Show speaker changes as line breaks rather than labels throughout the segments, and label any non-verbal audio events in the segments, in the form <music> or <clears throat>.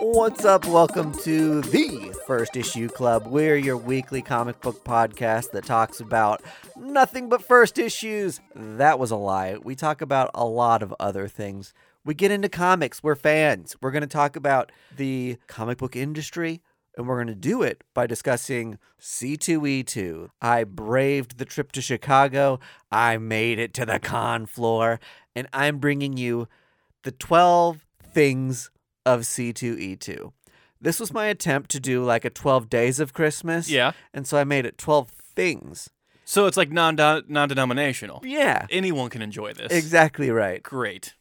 What's up? Welcome to the First Issue Club. We're your weekly comic book podcast that talks about nothing but first issues. That was a lie. We talk about a lot of other things. We get into comics, we're fans. We're going to talk about the comic book industry, and we're going to do it by discussing C2E2. I braved the trip to Chicago, I made it to the con floor, and I'm bringing you the 12 things of C2E2. This was my attempt to do like a 12 days of Christmas.
Yeah.
And so I made it 12 things.
So it's like non non denominational.
Yeah.
Anyone can enjoy this.
Exactly right.
<laughs> Great.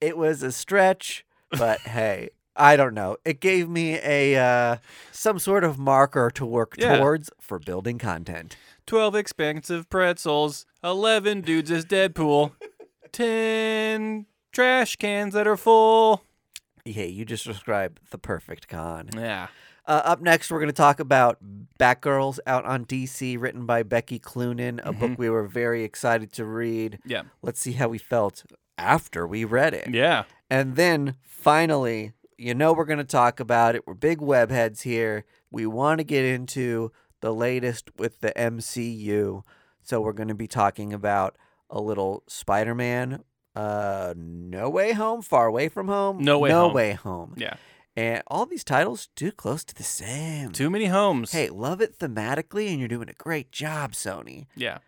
It was a stretch,
<laughs>
but hey, I don't know. It gave me a uh, some sort of marker to work
Yeah.
towards for building content.
12 expensive pretzels, 11 dudes as <laughs> Deadpool, 10 trash cans that are full.
Yeah, you just described the perfect con.
Yeah.
Uh, up next, we're going to talk about Batgirls out on DC, written by Becky Cloonan, a
Mm-hmm.
book we were very excited to read.
Yeah.
Let's see how we felt after we read it.
Yeah.
And then finally, you know, we're going to talk about it. We're big webheads here. We want to get into the latest with the MCU. So we're going to be talking about a little Spider Man, uh, No Way Home, Far Away from Home.
No Way
no
Home.
Way Home.
Yeah.
And all these titles too close to the same.
Too many homes.
Hey, love it thematically, and you're doing a great job, Sony
Yeah.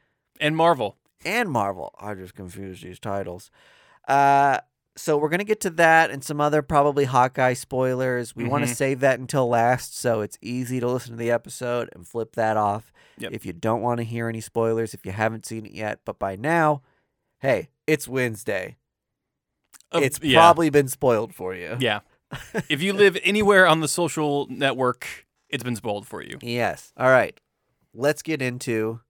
And Marvel.
and Marvel. I just confused these titles. Uh, so we're gonna get to that and some other probably Hawkeye spoilers. We want to
Mhm.
save that until last, so it's easy to listen to the episode and flip that off
Yep.
if you don't want to hear any spoilers if you haven't seen it yet. But by now, hey, it's Wednesday.
Uh,
it's
yeah.
probably been spoiled for you.
<laughs> Yeah. if you live anywhere on the social network, it's been spoiled for you.
Yes. All right. Let's get into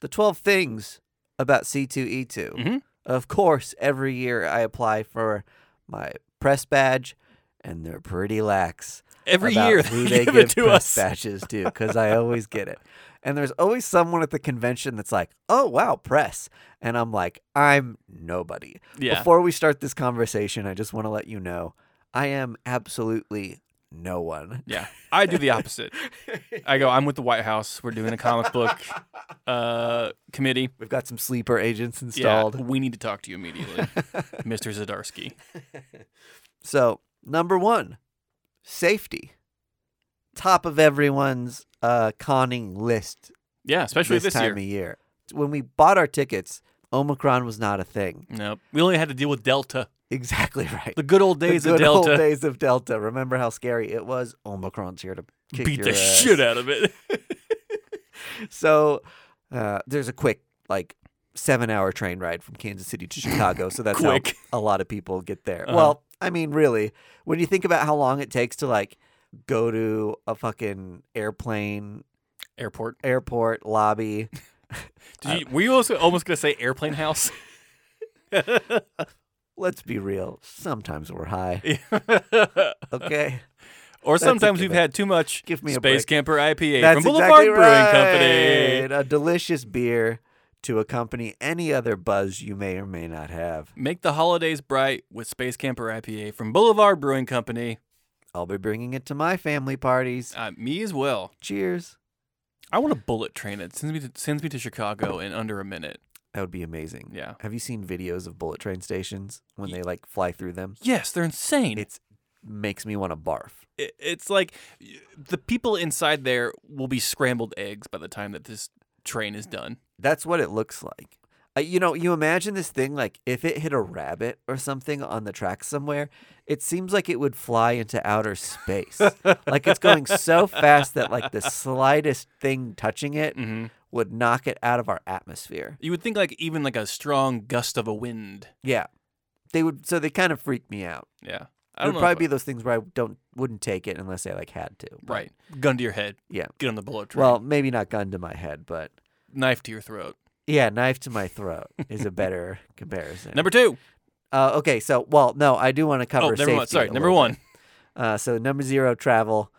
the 12 things about C2E2.
Mhm.
Of course, every year I apply for my press badge, and they're pretty lax.
Every
about
year
who
<laughs> they
they
give
give
it to
press
us.
badges to, because
<laughs>
I always get it. And there's always someone at the convention that's like, "Oh wow, press," and I'm like, "I'm nobody."
Yeah.
Before we start this conversation, I just want to let you know, I am absolutely no one.
<laughs> Yeah, I do the opposite. I go, I'm with the White House. We're doing a comic book uh, committee.
We've got some sleeper agents installed.
Yeah, we need to talk to you
<laughs>
immediately, Mr. Zadarsky.
So, number one, safety. Top of everyone's uh, conning list
Yeah, especially
this
this,
time
year.
of year. When we bought our tickets, Omicron was not a thing. <laughs>
Nope. We only had to deal with Delta.
Exactly right.
The good old
The
days
good
of
old
Delta.
days of Delta. Remember how scary it was? Omicron's here to kick
Beat
your
the
ass.
shit out
<laughs>
of it.
So, uh, there's a quick like seven hour train ride from Kansas City to Chicago. So that's how
Quick.
a lot of people get there.
Uh-huh.
Well, I mean, really, when you think about how long it takes to like go to a fucking airplane
Airport.
airport lobby, Uh,
Did you, were you also almost going to say
<laughs>
airplane house? <laughs>
let's be real. Sometimes we're
<laughs>
high. Okay,
or sometimes we've
given.
had too much
Give me a
Space
break.
Camper IPA
that's
from Boulevard
exactly
Brewing
right.
Company.
A delicious beer to accompany any other buzz you may or may not have.
Make the holidays bright with Space Camper IPA from Boulevard Brewing Company.
I'll be bringing it to my family parties.
Uh, me as well.
Cheers.
I want a bullet train. It sends me to, sends me to Chicago in under a minute.
That would be amazing.
Yeah.
Have you seen videos of bullet train stations when they like fly through them?
Yes, they're insane.
It's makes me want to barf.
It, it's like y- the people inside there will be scrambled eggs by the time that this train is done.
That's what it looks like. Uh, you know, you imagine this thing like if it hit a rabbit or something on the track somewhere, it seems like it would fly into outer
<laughs>
space. like it's going so fast that like the slightest thing touching it
Mhm.
would knock it out of our atmosphere.
You would think like even like a strong gust of a wind.
Yeah. They would so they kind of freak me out.
Yeah,
It
I don't
would
know
probably be
if
those things where I don't wouldn't take it unless I like had to.
I- right gun to your head.
Yeah.
get on the bullet train.
Well, maybe not gun to my head, but
knife to your throat.
yeah, knife to my throat is a
<laughs>
better comparison.
Number two.
uh, okay, so well, no, I do want to cover
Oh, number one.
safety
Sorry,
a
number
little
one.
bit. Uh, so number zero, travel,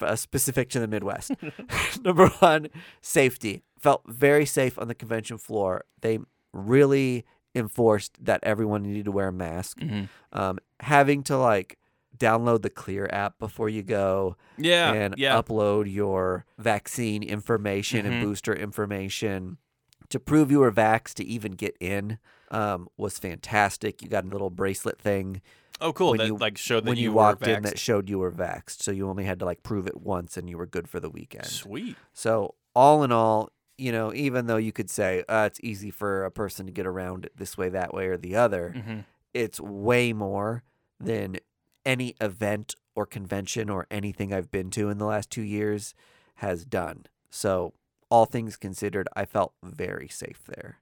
f- uh, specific to the
<laughs>
Midwest. <laughs> number one, safety. Felt very safe on the convention floor. They really enforced that everyone needed to wear a mask.
Mhm.
Um, having to like download the Clear app before you go
Yeah.
and
yeah.
upload your vaccine information
Mhm.
and booster information to prove you were vaxxed to even get in um, was fantastic. You got a little bracelet thing
oh, cool.
when
That
you-
like showed that
when you,
were
walked
vaxxed.
in that showed you were vaxxed. So you only had to like prove it once and you were good for the weekend.
Sweet.
So all in all, you know, even though you could say uh, it's easy for a person to get around it this way, that way, or the other,
hmm
it's way more than any event or convention or anything I've been to in the last two years has done. So all things considered, I felt very safe there.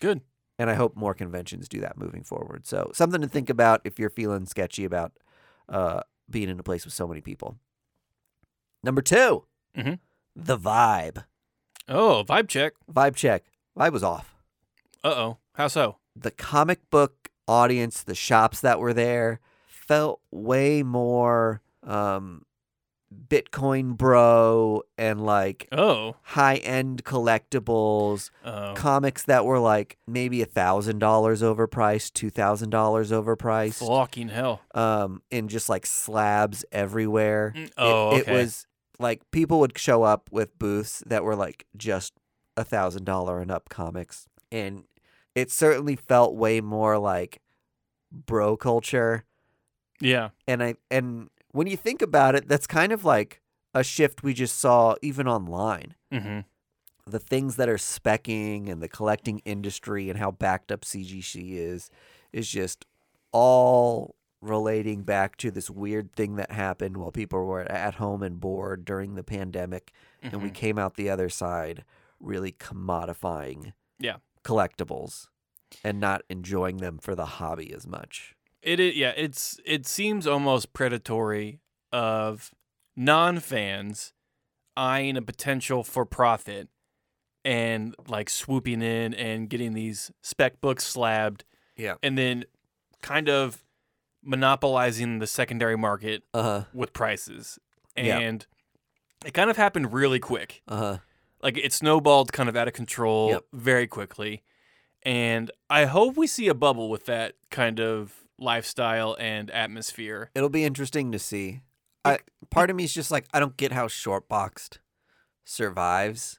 Good.
And I hope more conventions do that moving forward. So something to think about if you're feeling sketchy about uh, being in a place with so many people. Number 2
Mhm.
the vibe.
Oh, vibe check.
Vibe check. Vibe was off.
Uh oh. How so?
The comic book audience, the shops that were there, felt way more um, Bitcoin bro and like
Oh.
high end collectibles,
Oh.
comics that were like maybe a thousand dollars overpriced, two thousand dollars overpriced,
Fucking hell.
um, and just like slabs everywhere.
Mm,
It-
Oh,
it,
okay.
was like people would show up with booths that were like just a thousand dollar and up comics, and it certainly felt way more like bro culture.
Yeah.
And I and when you think about it, that's kind of like a shift we just saw even online.
Mm-hmm.
The things that are specking and the collecting industry and how backed up CGC is is just all relating back to this weird thing that happened while people were at home and bored during the pandemic and we came out the other side really commodifying
Yeah.
collectibles and not enjoying them for the hobby as much.
It is, yeah, it's it seems almost predatory of non-fans eyeing a potential for profit and like swooping in and getting these spec books slabbed
Yeah.
and then kind of monopolizing the secondary market
Uh-huh.
with prices.
Yeah.
And it kind of happened really quick.
Uh-huh.
Like it snowballed kind of out of control
Yep.
very quickly. And I hope we see a bubble with that kind of lifestyle and atmosphere.
It'll be interesting to see. I, part of me is just like, I don't get how shortboxed survives.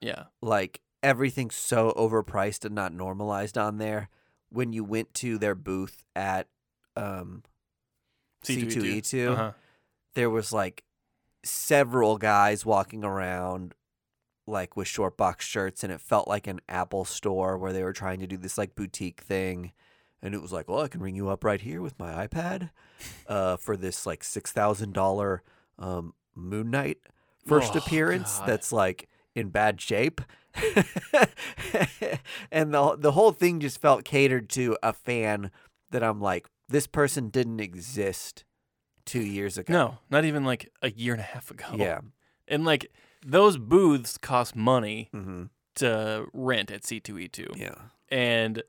Yeah.
Like everything's so overpriced and not normalized on there. When you went to their booth at um, C2E2,
Uh-huh.
there was like several guys walking around like with short box shirts and it felt like an apple store where they were trying to do this like boutique thing and it was like well i can ring you up right here with my ipad uh, for this like $6000 um, moon knight first
Oh,
appearance
God.
that's like in bad shape <laughs> and the, the whole thing just felt catered to a fan that i'm like this person didn't exist two years ago
No, not even like a year and a half ago.
yeah
And like those booths cost money
mm-hmm.
to rent at E C2E2.
yeah
and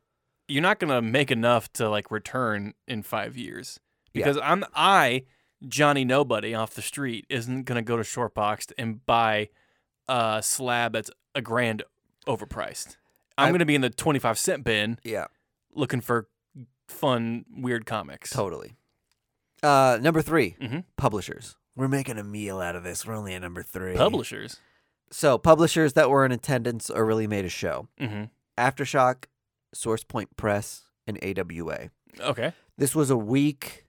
you're not gonna make enough to like return in five years
Yeah.
because I'm I Johnny Nobody off the street isn't gonna go to Shortboxed and buy a slab that's a grand overpriced. I'm
I-
gonna be in the 25 cent bin
yeah
looking for fun weird comics.
Totally. Uh, number 3
Mhm.
publishers. We're making a meal out of this. We're only at number three.
Publishers.
So publishers that were in attendance or really made a show.
hmm
Aftershock, SourcePoint Press, and AWA.
Okay.
This was a weak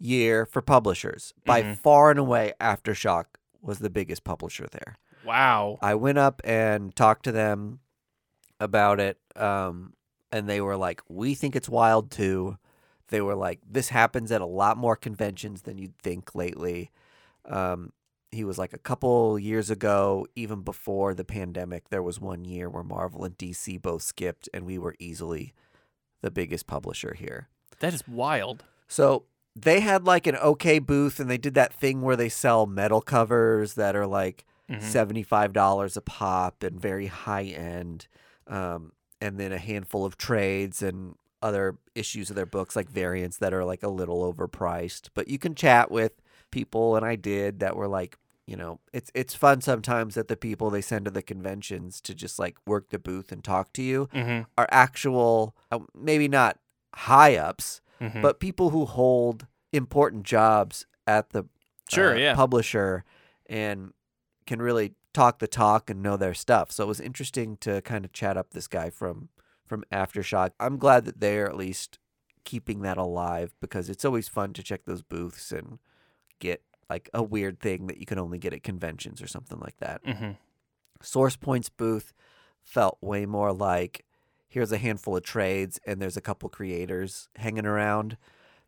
year for publishers. By
Mhm.
far and away, Aftershock was the biggest publisher there.
Wow.
I went up and talked to them about it, um, and they were like, "We think it's wild too." They were like, "This happens at a lot more conventions than you'd think lately." Um, he was like, "A couple years ago, even before the pandemic, there was one year where Marvel and DC both skipped, and we were easily the biggest publisher here."
That is wild.
So they had like an okay booth, and they did that thing where they sell metal covers that are like
Mhm.
$75 a pop and very high end. Um, and then a handful of trades and other issues of their books, like variants that are like a little overpriced. But you can chat with people, and I did that were like, you know, it's it's fun sometimes that the people they send to the conventions to just like work the booth and talk to you
Mhm.
are actual, uh, maybe not high ups,
Mhm.
but people who hold important jobs at the
Sure,
uh,
yeah.
publisher and can really talk the talk and know their stuff. So it was interesting to kind of chat up this guy from from Aftershock. I'm glad that they're at least keeping that alive because it's always fun to check those booths and get like a weird thing that you can only get at conventions or something like that.
Mm-hmm.
Source Points booth felt way more like here's a handful of trades and there's a couple creators hanging around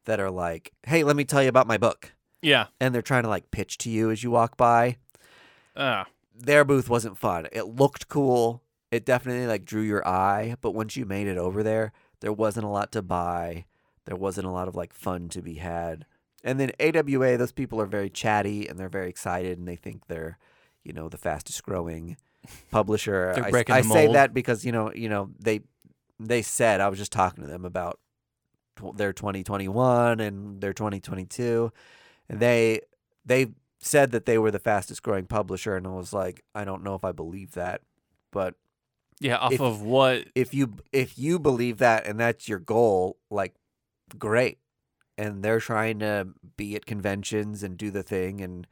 that are like, "Hey, let me tell you about my book."
Yeah.
And they're trying to like pitch to you as you walk by.
Uh,
Their booth wasn't fun. It looked cool. It definitely like drew your eye, but once you made it over there, there wasn't a lot to buy. There wasn't a lot of like fun to be had. And then AWA, those people are very chatty and they're very excited and they think they're, you know, the fastest growing publisher.
<laughs> They're
I,
breaking
I
the
say
mold.
that because you know, you know, they they said I was just talking to them about tw- their 2021 and their 2022, and they they said that they were the fastest growing publisher, and I was like, I don't know if I believe that, but
yeah. Off
If-
of what?
if you if you believe that and that's your goal, like great. And they're trying to be at conventions and do the thing and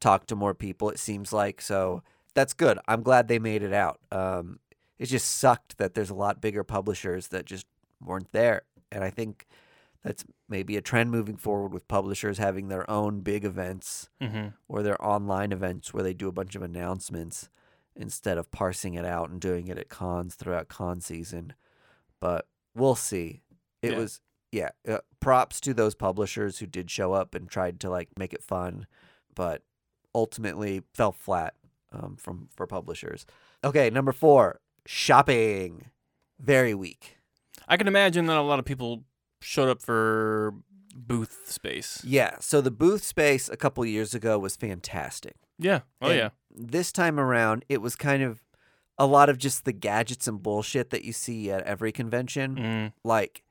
talk to more people. It seems like so that's good. I'm glad they made it out. Um, it just sucked that there's a lot bigger publishers that just weren't there, and I think that's maybe a trend moving forward with publishers having their own big events
hmm
or their online events where they do a bunch of announcements instead of parsing it out and doing it at cons throughout con season. But we'll see. It
Yeah.
was yeah, uh, props to those publishers who did show up and tried to like make it fun, but ultimately fell flat um, from for publishers. Okay, number four, shopping, very weak.
I can imagine that a lot of people showed up for booth space.
Yeah, so the booth space a couple years ago was fantastic.
Yeah. Oh
And
yeah.
This time around, it was kind of a lot of just the gadgets and bullshit that you see at every convention.
Mm.
Like,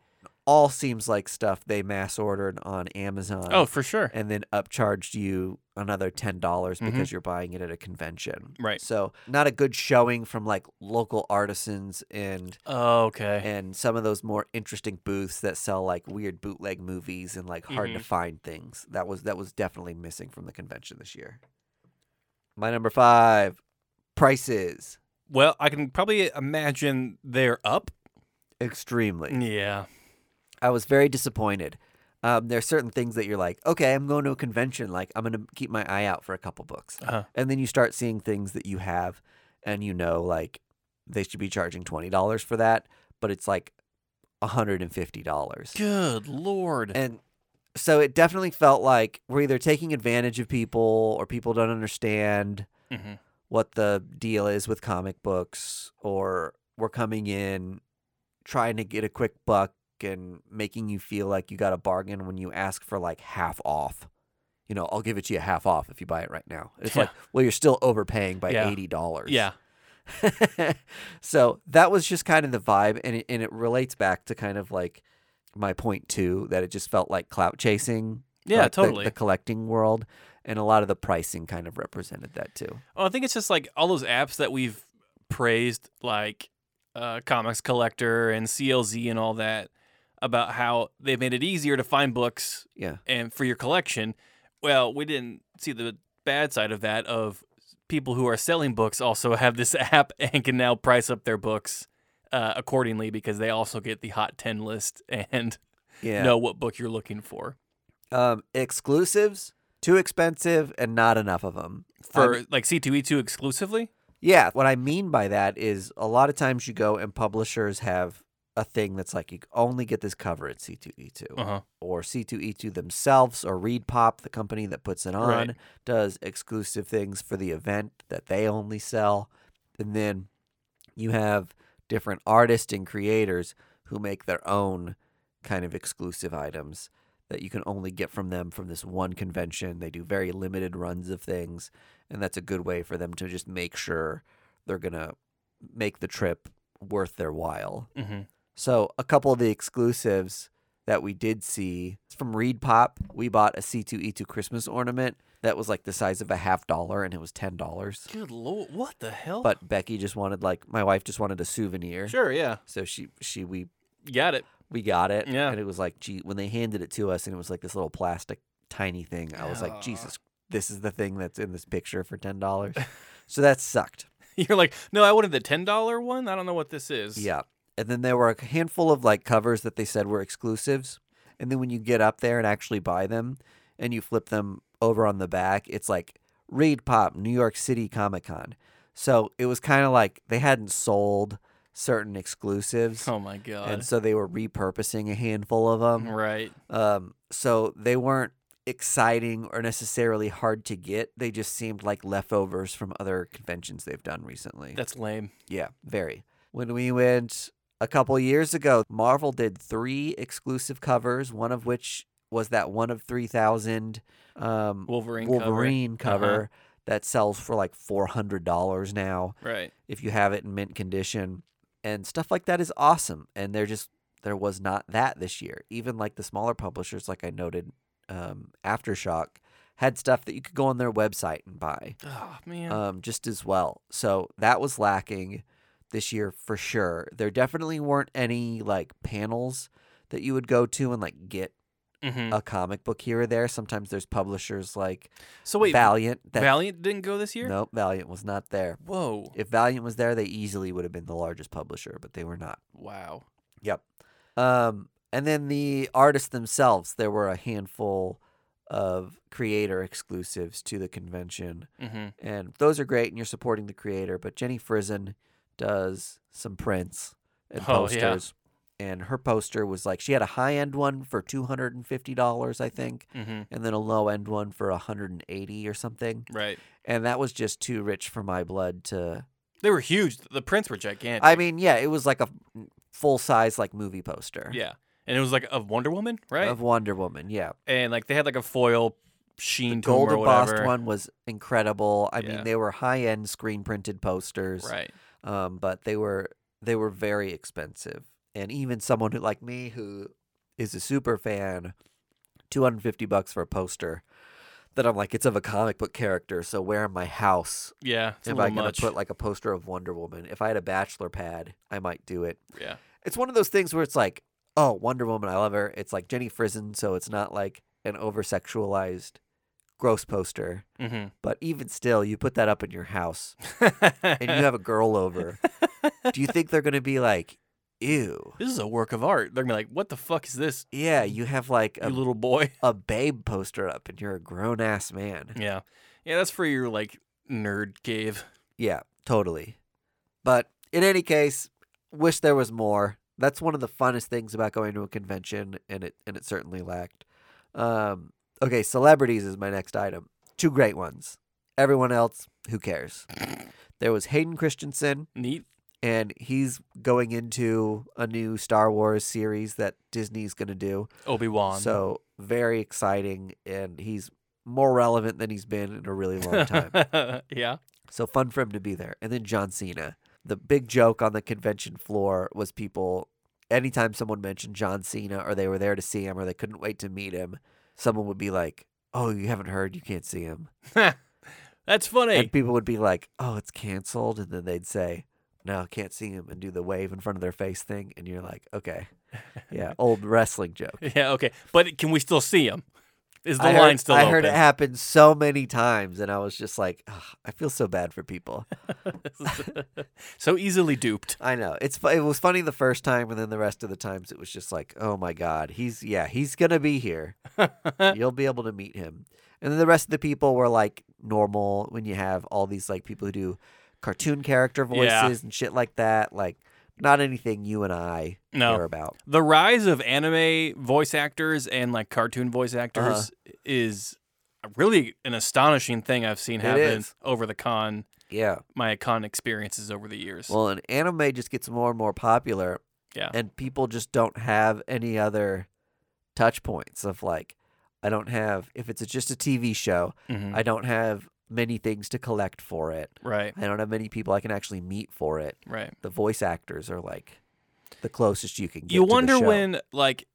all seems like stuff they mass ordered on Amazon.
Oh, for sure.
And then upcharged you another ten dollars because
Mhm.
you're buying it at a convention.
Right.
So not a good showing from like local artisans and
Oh, okay.
and some of those more interesting booths that sell like weird bootleg movies and like hard to find things. That was that was definitely missing from the convention this year. My number five, prices
Well, I can probably imagine they're up.
extremely.
Yeah.
I was very disappointed. Um, there are certain things that you're like, okay, I'm going to a convention. Like I'm gonna keep my eye out for a couple books,
Uh-huh.
and then you start seeing things that you have, and you know like they should be charging twenty dollars for that, but it's like hundred and fifty dollars.
Good lord.
And so it definitely felt like we're either taking advantage of people or people don't understand
hmm
what the deal is with comic books or we're coming in trying to get a quick buck and making you feel like you got a bargain when you ask for like half off. You know, I'll give it to you half off if you buy it right now. It's
Yeah.
like, well, you're still overpaying by
Yeah.
$80.
Yeah.
<laughs> so that was just kind of the vibe, and it, and it relates back to kind of like my point too that it just felt like clout chasing.
Yeah.
like the-
totally.
The, collecting world, and a lot of the pricing kind of represented that too.
Well, I think it's just like all those apps that we've praised, like uh, Comics Collector and CLZ and all that, about how they've made it easier to find books
Yeah,
and for your collection. Well, we didn't see the bad side of that. Of people who are selling books also <laughs> have this app and can now price up their books uh, accordingly because they also get the hot ten list <laughs> and
yeah.
know what book you're looking for
um, exclusives too expensive and not enough of them.
for like C2E2 exclusively.
Yeah, what I mean by that is a lot of times you go and publishers have a thing that's like you only get this cover at E C2E2.
Uh huh.
or C2E2 themselves or Reed Pop, the company that puts it on,
Right.
does exclusive things for the event that they only sell. And then you have different artists and creators who make their own kind of exclusive items that you can only get from them from this one convention. They do very limited runs of things, and that's a good way for them to just make sure they're going to make the trip worth their while.
hmm
So a couple of the exclusives that we did see from Reed Pop, we bought a C2E2 Christmas ornament that was like the size of a half dollar and it was ten dollars.
Good lord, what the hell? <laughs>
But Becky just wanted like my wife just wanted a souvenir.
sure, yeah,
So she she we
got it. <laughs>
we got it.
Yeah.
And it was like, gee, when they handed it to us and it was like this little plastic tiny thing, I was
Ah.
like, Jesus, this is the thing that's in this picture for $10. so that sucked.
You're like, no, I wanted the ten dollar one. I don't know what this is.
Yeah. And then there were a handful of like covers that they said were exclusives. And then when you get up there and actually buy them and you flip them over on the back, it's like Reed Pop, New York City Comic Con. So it was kind of like they hadn't sold certain exclusives.
<laughs> Oh my god. Mm-hmm.
and so they were repurposing a handful of them.
<laughs> right.
Um, so they weren't exciting or necessarily hard to get. They just seemed like leftovers from other conventions they've done recently.
That's lame.
yeah, very. When we went a couple years ago, Marvel did three exclusive covers, one of which was that one of 3,000 um,
Wolverine. cover. Uh-huh.
Wolverine cover. That sells for like four hundred dollars now
Right.
if you have it in mint condition, and stuff like that is awesome. And there just there was not that this year. Even like the smaller publishers, like I noted, um, Aftershock had stuff that you could go on their website and buy
Oh man.
um, just as well. So that was lacking this year for sure. There definitely weren't any like panels that you would go to and like get
Mhm.
a comic book here or there. Sometimes there's publishers like
so wait,
Valiant. That,
Valiant didn't go this year.
Nope, Valiant was not there.
Whoa.
If Valiant was there, they easily would have been the largest publisher, but they were not.
Wow.
Yep. Um, and then the artists themselves, there were a handful of creator exclusives to the convention,
hmm
and those are great, and you're supporting the creator. But Jenny Frizen does some prints and
Oh, yeah.
posters, and her poster was like she had a high end one for two hundred and fifty dollars, I think,
hmm
and then a low end one for hundred and eighty or something,
Right.
and that was just too rich for my blood to
They were huge. The prints were gigantic.
I mean, yeah, it was like a full size like movie poster.
yeah. And it was like of Wonder Woman, right?
Of Wonder Woman, yeah.
and like they had like a foil sheen to 'em
Gold
or whatever.
embossed one was incredible. I
Yeah.
mean, they were high end screen printed posters,
Right.
um, but they were they were very expensive. And even someone who like me who is a super fan, two hundred fifty bucks for a poster. That I'm like, it's of a comic book character, so where in my house
Yeah. It's a
am
little
I going
much.
to put like a poster of Wonder Woman? If I had a bachelor pad, I might do it.
yeah.
it's one of those things where it's like, oh, Wonder Woman, I love her. It's like Jenny Frizen, so it's not like an over sexualized, gross poster.
Mm-hmm.
But even still, you put that up in your house and
<laughs>
you have a girl over. do you think they're going to be like, ew?
this is a work of art. They're gonna be like, "What the fuck is this,
Yeah, you have like
you
a, <laughs>
little boy?"
a babe poster up and you're a grown ass man.
Yeah. Yeah. That's for your like nerd cave.
Yeah, totally. But in any case, wish there was more. That's one of the funnest things about going to a convention, and it and it certainly lacked. Um, okay, celebrities is my next item. Two great ones. Everyone else, who cares? There was Hayden Christensen,
Neat.
and he's going into a new Star Wars series that Disney's going to do.
Obi Wan.
So very exciting, and he's more relevant than he's been in a really
<laughs>
long time.
yeah.
So fun for him to be there. And then John Cena. The big joke on the convention floor was people, anytime someone mentioned John Cena or they were there to see him or they couldn't wait to meet him, someone would be like, Oh, you haven't heard, you can't see him.
That's funny.
And people would be like, Oh, it's canceled. And then they'd say, No, can't see him and do the wave in front of their face thing. And you're like, Okay.
<laughs>
Yeah, old wrestling joke.
yeah. Okay. But can we still see him? Is the
I
line
heard,
still
I
open?
heard it happen so many times, and I was just like, "Ugh, I feel so bad for people.
<laughs>
<laughs>
so easily duped.
I know it's fu- it was funny the first time, and then the rest of the times it was just like, oh my god, he's yeah, he's gonna be
<laughs>
here. You'll be able to meet him. And then the rest of the people were like normal when you have all these like people who do cartoon character voices
Yeah.
and shit like that. Like not anything you and I
No.
care about.
the rise of anime voice actors and like cartoon voice actors
Uh-huh.
is really an astonishing thing I've seen
It
happen
is.
over the con
Yeah.
my con experiences over the years.
Well, and anime just gets more and more popular.
Yeah.
And people just don't have any other touch points of like, I don't have if it's just a TV show.
Mhm.
I don't have many things to collect for it.
right,
I don't have many people I can actually meet for it.
right.
The voice actors are like the closest you can get.
You
to the
wonder
show.
when like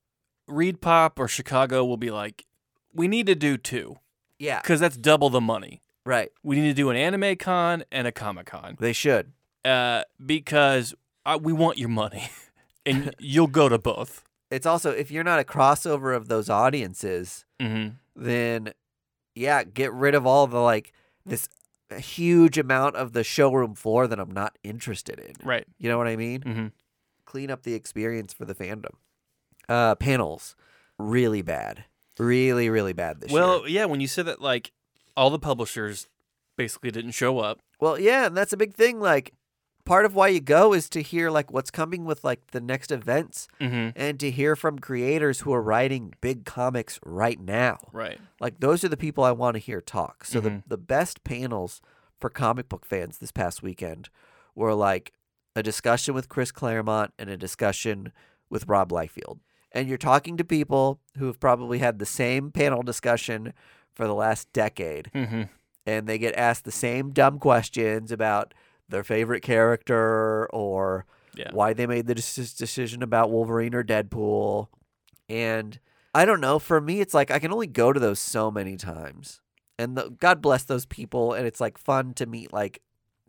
Reed Pop or Chicago will be like, we need to do two
Yeah,
because that's double the money.
right.
We need to do an anime con and a comic con
They should.
<laughs> uh, because uh we want your money and you'll go to both.
it's also if you're not a crossover of those audiences,
hmm
then yeah, get rid of all the like this huge amount of the showroom floor that I'm not interested in.
Right.
You know what I mean?
hmm
Clean up the experience for the fandom. Uh panels really bad. Really really bad this year.
Well, yeah, when you said that, like all the publishers basically didn't show up.
Well, yeah, and that's a big thing. Like, part of why you go is to hear like what's coming with like the next events,
Mm-hmm.
and to hear from creators who are writing big comics right now.
Right.
Like, those are the people I want to hear talk. So the the best panels for comic book fans this past weekend were like a discussion with Chris Claremont and a discussion with Rob Liefeld. And you're talking to people who have probably had the same panel discussion for the last decade
Mm-hmm.
and they get asked the same dumb questions about their favorite character or
Yeah.
why they made the deci- decision about Wolverine or Deadpool. And I don't know, for me it's like I can only go to those so many times. And the, God bless those people and it's like fun to meet like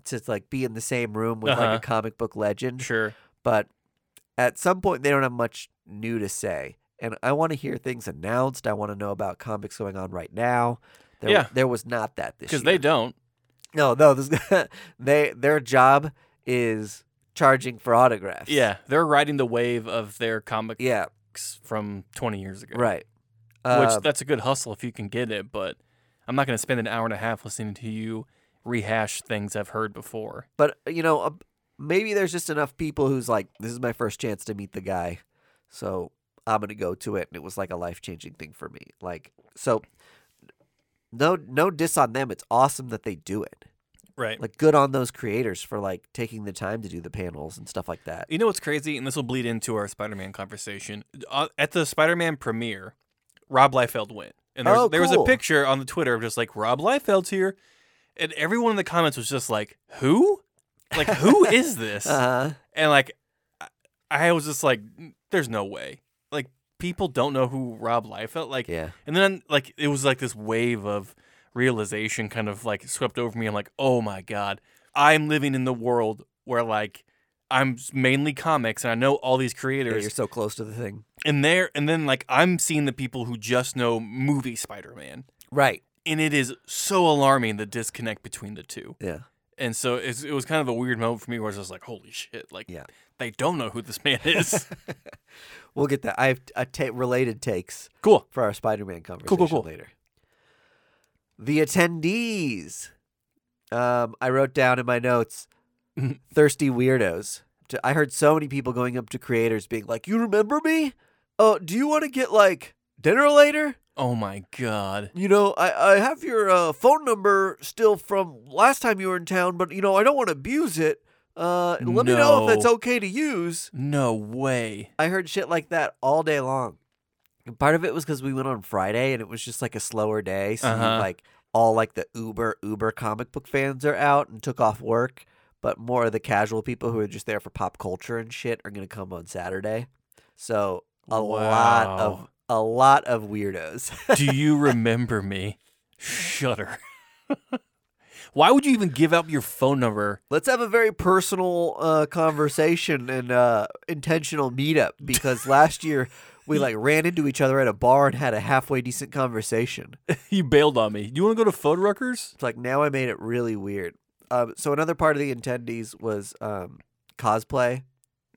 to like be in the same room with
Uh-huh.
like a comic book legend,
<laughs> Sure.
but at some point they don't have much new to say. And I want to hear things announced. I want to know about comics going on right now. There,
Yeah.
there was not that this year.
Because they don't.
No, no, this, <laughs> they their job is charging for autographs.
Yeah, they're riding the wave of their comics
yeah,
from 20 years ago.
right.
Which
Uh,
that's a good hustle if you can get it, but I'm not going to spend an hour and a half listening to you rehash things I've heard before.
but you know, uh, maybe there's just enough people who's like, this is my first chance to meet the guy, so I'm gonna go to it, and it was like a life changing thing for me. Like, so no, no diss on them. It's awesome that they do it.
Right.
Like, good on those creators for like taking the time to do the panels and stuff like that.
You know what's crazy, and this will bleed into our Spider-Man conversation. Uh, At the Spider-Man premiere, Rob Liefeld went, and there was,
Oh,
there was a
cool.
picture on the Twitter of just like Rob Liefeld's here, and everyone in the comments was just like, "Who? Like
<laughs>
who is this?"
Uh huh.
And like, I, I was just like, "There's no way." Like people don't know who Rob Liefeld. Like,
Yeah.
and then like it was like this wave of realization kind of like swept over me. I'm like, oh my god, I'm living in the world where like I'm s- mainly comics and I know all these
yeah.
creators
You're so close to the thing.
and there and then like I'm seeing the people who just know movie Spider-Man.
Right.
And it is so alarming the disconnect between the two.
Yeah.
And so it's, it was kind of a weird moment for me where I was just like, holy shit, like
Yeah.
they don't know who this man
<laughs>
is.
We'll get that. I have a ta- related takes
cool.
for our Spider-Man conversation
cool, cool.
later. The attendees. Um, I wrote down in my notes,
Mm-hmm.
thirsty weirdos. T- I heard so many people going up to creators being like, "You remember me? Oh, do you want to get like dinner later?
Oh my god.
You know, I I have your uh, phone number still from last time you were in town, but you know, I don't want to abuse it. Uh, let me know if that's
No.
okay to use."
No way.
I heard shit like that all day long. And part of it was because we went on Friday and it was just like a slower day. So you,
Uh-huh.
like all like the Uber Uber comic book fans are out and took off work, but more of the casual people who are just there for pop culture and shit are gonna come on Saturday. So a lot of
Wow.
a lot of weirdos. <laughs>
Do you remember me? Shudder. <laughs> Why would you even give out your phone number?
Let's have a very personal uh, conversation and uh, intentional meetup
<laughs>
because last year we like ran into each other at a bar and had a halfway decent conversation.
You bailed on me. You want to go to Phone Ruckers?
It's like now I made it really weird. Um, so another part of the attendees was um, cosplay,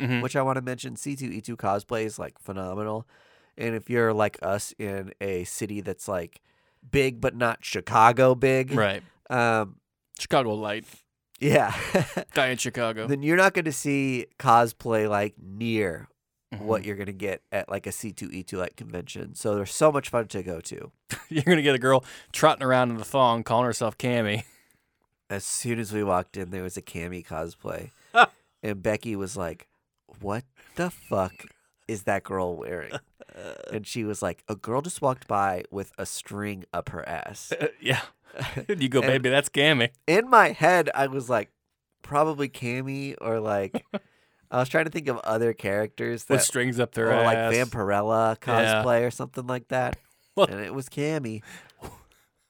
Mm-hmm. <laughs>
which I want to mention. C2E2 cosplay is like phenomenal, and if you're like us in a city that's like big but not Chicago big,
Right.
um,
Chicago Light.
yeah, <laughs>
Guy in Chicago.
then you're not going to see cosplay like near
Mhm.
what you're going to get at like a C2E2 like convention. So there's so much fun to go to.
<laughs> You're going to get a girl trotting around in the thong calling herself <laughs> Cammy.
as soon as we walked in, there was a Cammy
<laughs>
cosplay, and Becky was like, "What the fuck is that girl
<laughs>
wearing?" And she was like, "A girl just walked by with a string up her ass."
Uh,
<laughs>
yeah. you go,
And-
baby, that's Cammy.
In my head, I was like, "Probably Cammy," or
<laughs>
like, I was trying to think of other characters
With
that
strings up their
were like
ass.
Vampirella
Yeah.
cosplay or something like that,
<laughs> Well-
and it was Cammy.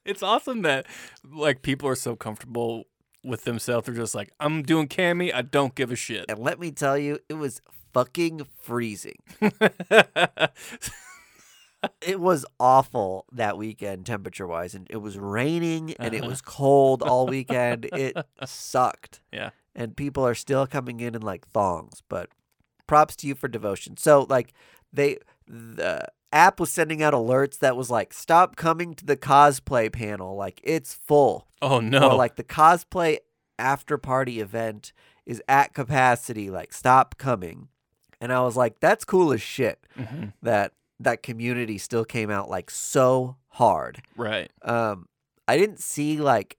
It's awesome that like people are so comfortable with themselves. They're just like, I'm doing Cammy. I don't give a shit.
And let me tell you, it was fucking freezing. It was awful that weekend, temperature wise, and it was raining and it
Uh-huh.
was cold all weekend. It
<laughs>
sucked.
<laughs> Yeah.
And people are still coming in in like thongs, but props to you for devotion. So, like, they, the app was sending out alerts that was like, stop coming to the cosplay panel. Like, it's full.
oh no.
Or like the cosplay after party event is at capacity, like stop coming. And I was like, that's cool as shit
Mhm.
that that community still came out like so hard.
Right.
Um, I didn't see like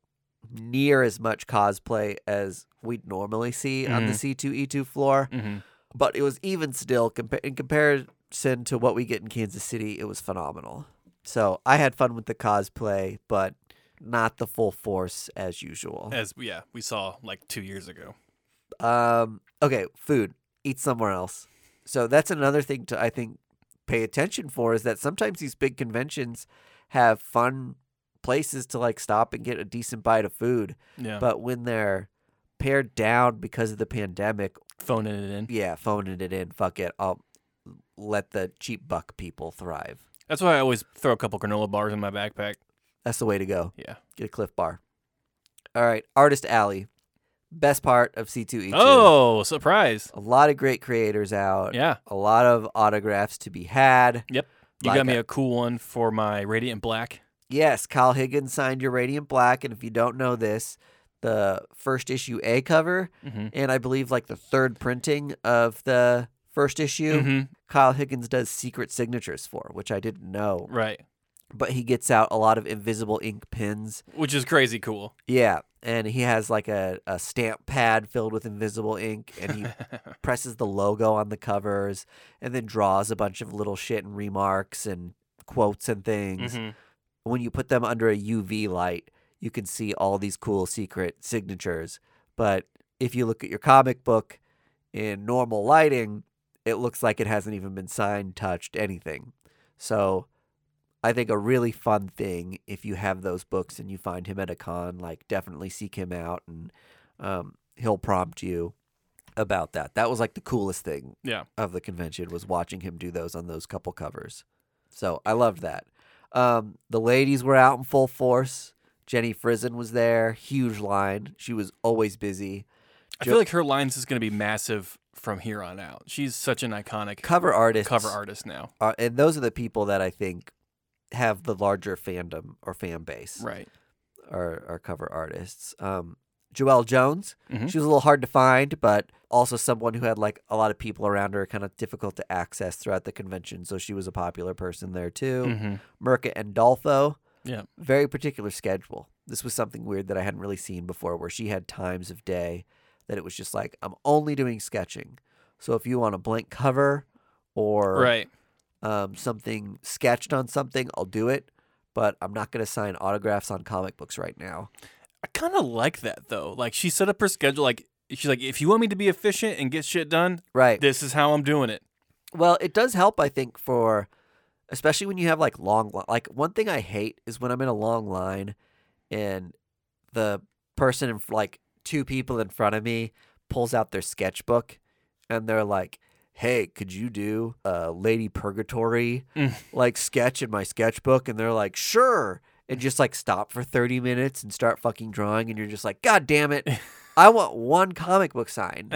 near as much cosplay as we'd normally see on the C2E2 floor,
Mhm.
but it was even still compa- in comparison to what we get in Kansas City, it was phenomenal. So I had fun with the cosplay, but not the full force as usual.
As yeah, we saw like two years ago.
Um, okay, food. Eat somewhere else. So that's another thing to I think pay attention for is that sometimes these big conventions have fun places to like stop and get a decent bite of food,
Yeah.
but when they're pared down because of the pandemic,
Phoning it in.
yeah, phoning it in, fuck it. I'll let the cheap buck people thrive.
That's why I always throw a couple granola bars in my backpack.
That's the way to go.
Yeah.
Get a cliff bar. All right, Artist Alley. Best part of C2E2.
Oh, surprise.
A lot of great creators out.
Yeah.
a lot of autographs to be had.
You
Like
got me
a-
a cool one for my Radiant Black.
Yes, Kyle Higgins signed your Radiant Black, and if you don't know this, the first issue A cover,
Mm-hmm.
and I believe like the third printing of the first issue,
Mm-hmm.
Kyle Higgins does secret signatures for, which I didn't know.
Right.
But he gets out a lot of invisible ink pens.
Which is crazy cool.
Yeah. And he has like a, a stamp pad filled with invisible ink and he presses the logo on the covers and then draws a bunch of little shit and remarks and quotes and things.
Mhm.
when you put them under a UV light, you can see all these cool secret signatures. But if you look at your comic book in normal lighting, it looks like it hasn't even been signed, touched, anything. So I think a really fun thing if you have those books and you find him at a con, like definitely seek him out and um, he'll prompt you about that. That was like the coolest thing
Yeah.
of the convention was watching him do those on those couple covers. So I loved that. Um, the ladies were out in full force. Jenny Frizen was there, huge line. She was always busy.
I
Jo-
feel like her lines is going to be massive from here on out. She's such an iconic
Cover artists,
cover artist now.
are, and those are the people that I think have the larger fandom or fan base
Right.
are, are cover artists. Um, Joelle Jones,
Mhm.
she was a little hard to find, but also someone who had like a lot of people around her, kind of difficult to access throughout the convention. So she was a popular person there too.
Mm-hmm.
Merca and Dolfo.
Yeah.
Very particular schedule. This was something weird that I hadn't really seen before where she had times of day that it was just like, I'm only doing sketching. So if you want a blank cover or
Right.
um, something sketched on something, I'll do it. But I'm not going to sign autographs on comic books right now.
I kind of like that though. Like she set up her schedule. Like she's like, if you want me to be efficient and get shit done,
Right.
this is how I'm doing it.
Well, it does help, I think, for especially when you have like long li- like one thing I hate is when I'm in a long line and the person in f- like two people in front of me pulls out their sketchbook and they're like, "Hey, could you do a Lady Purgatory
Mm.
like sketch in my sketchbook?" And they're like, "Sure." And just like stop for 30 minutes and start fucking drawing and you're just like, "God damn it. I want one comic book sign."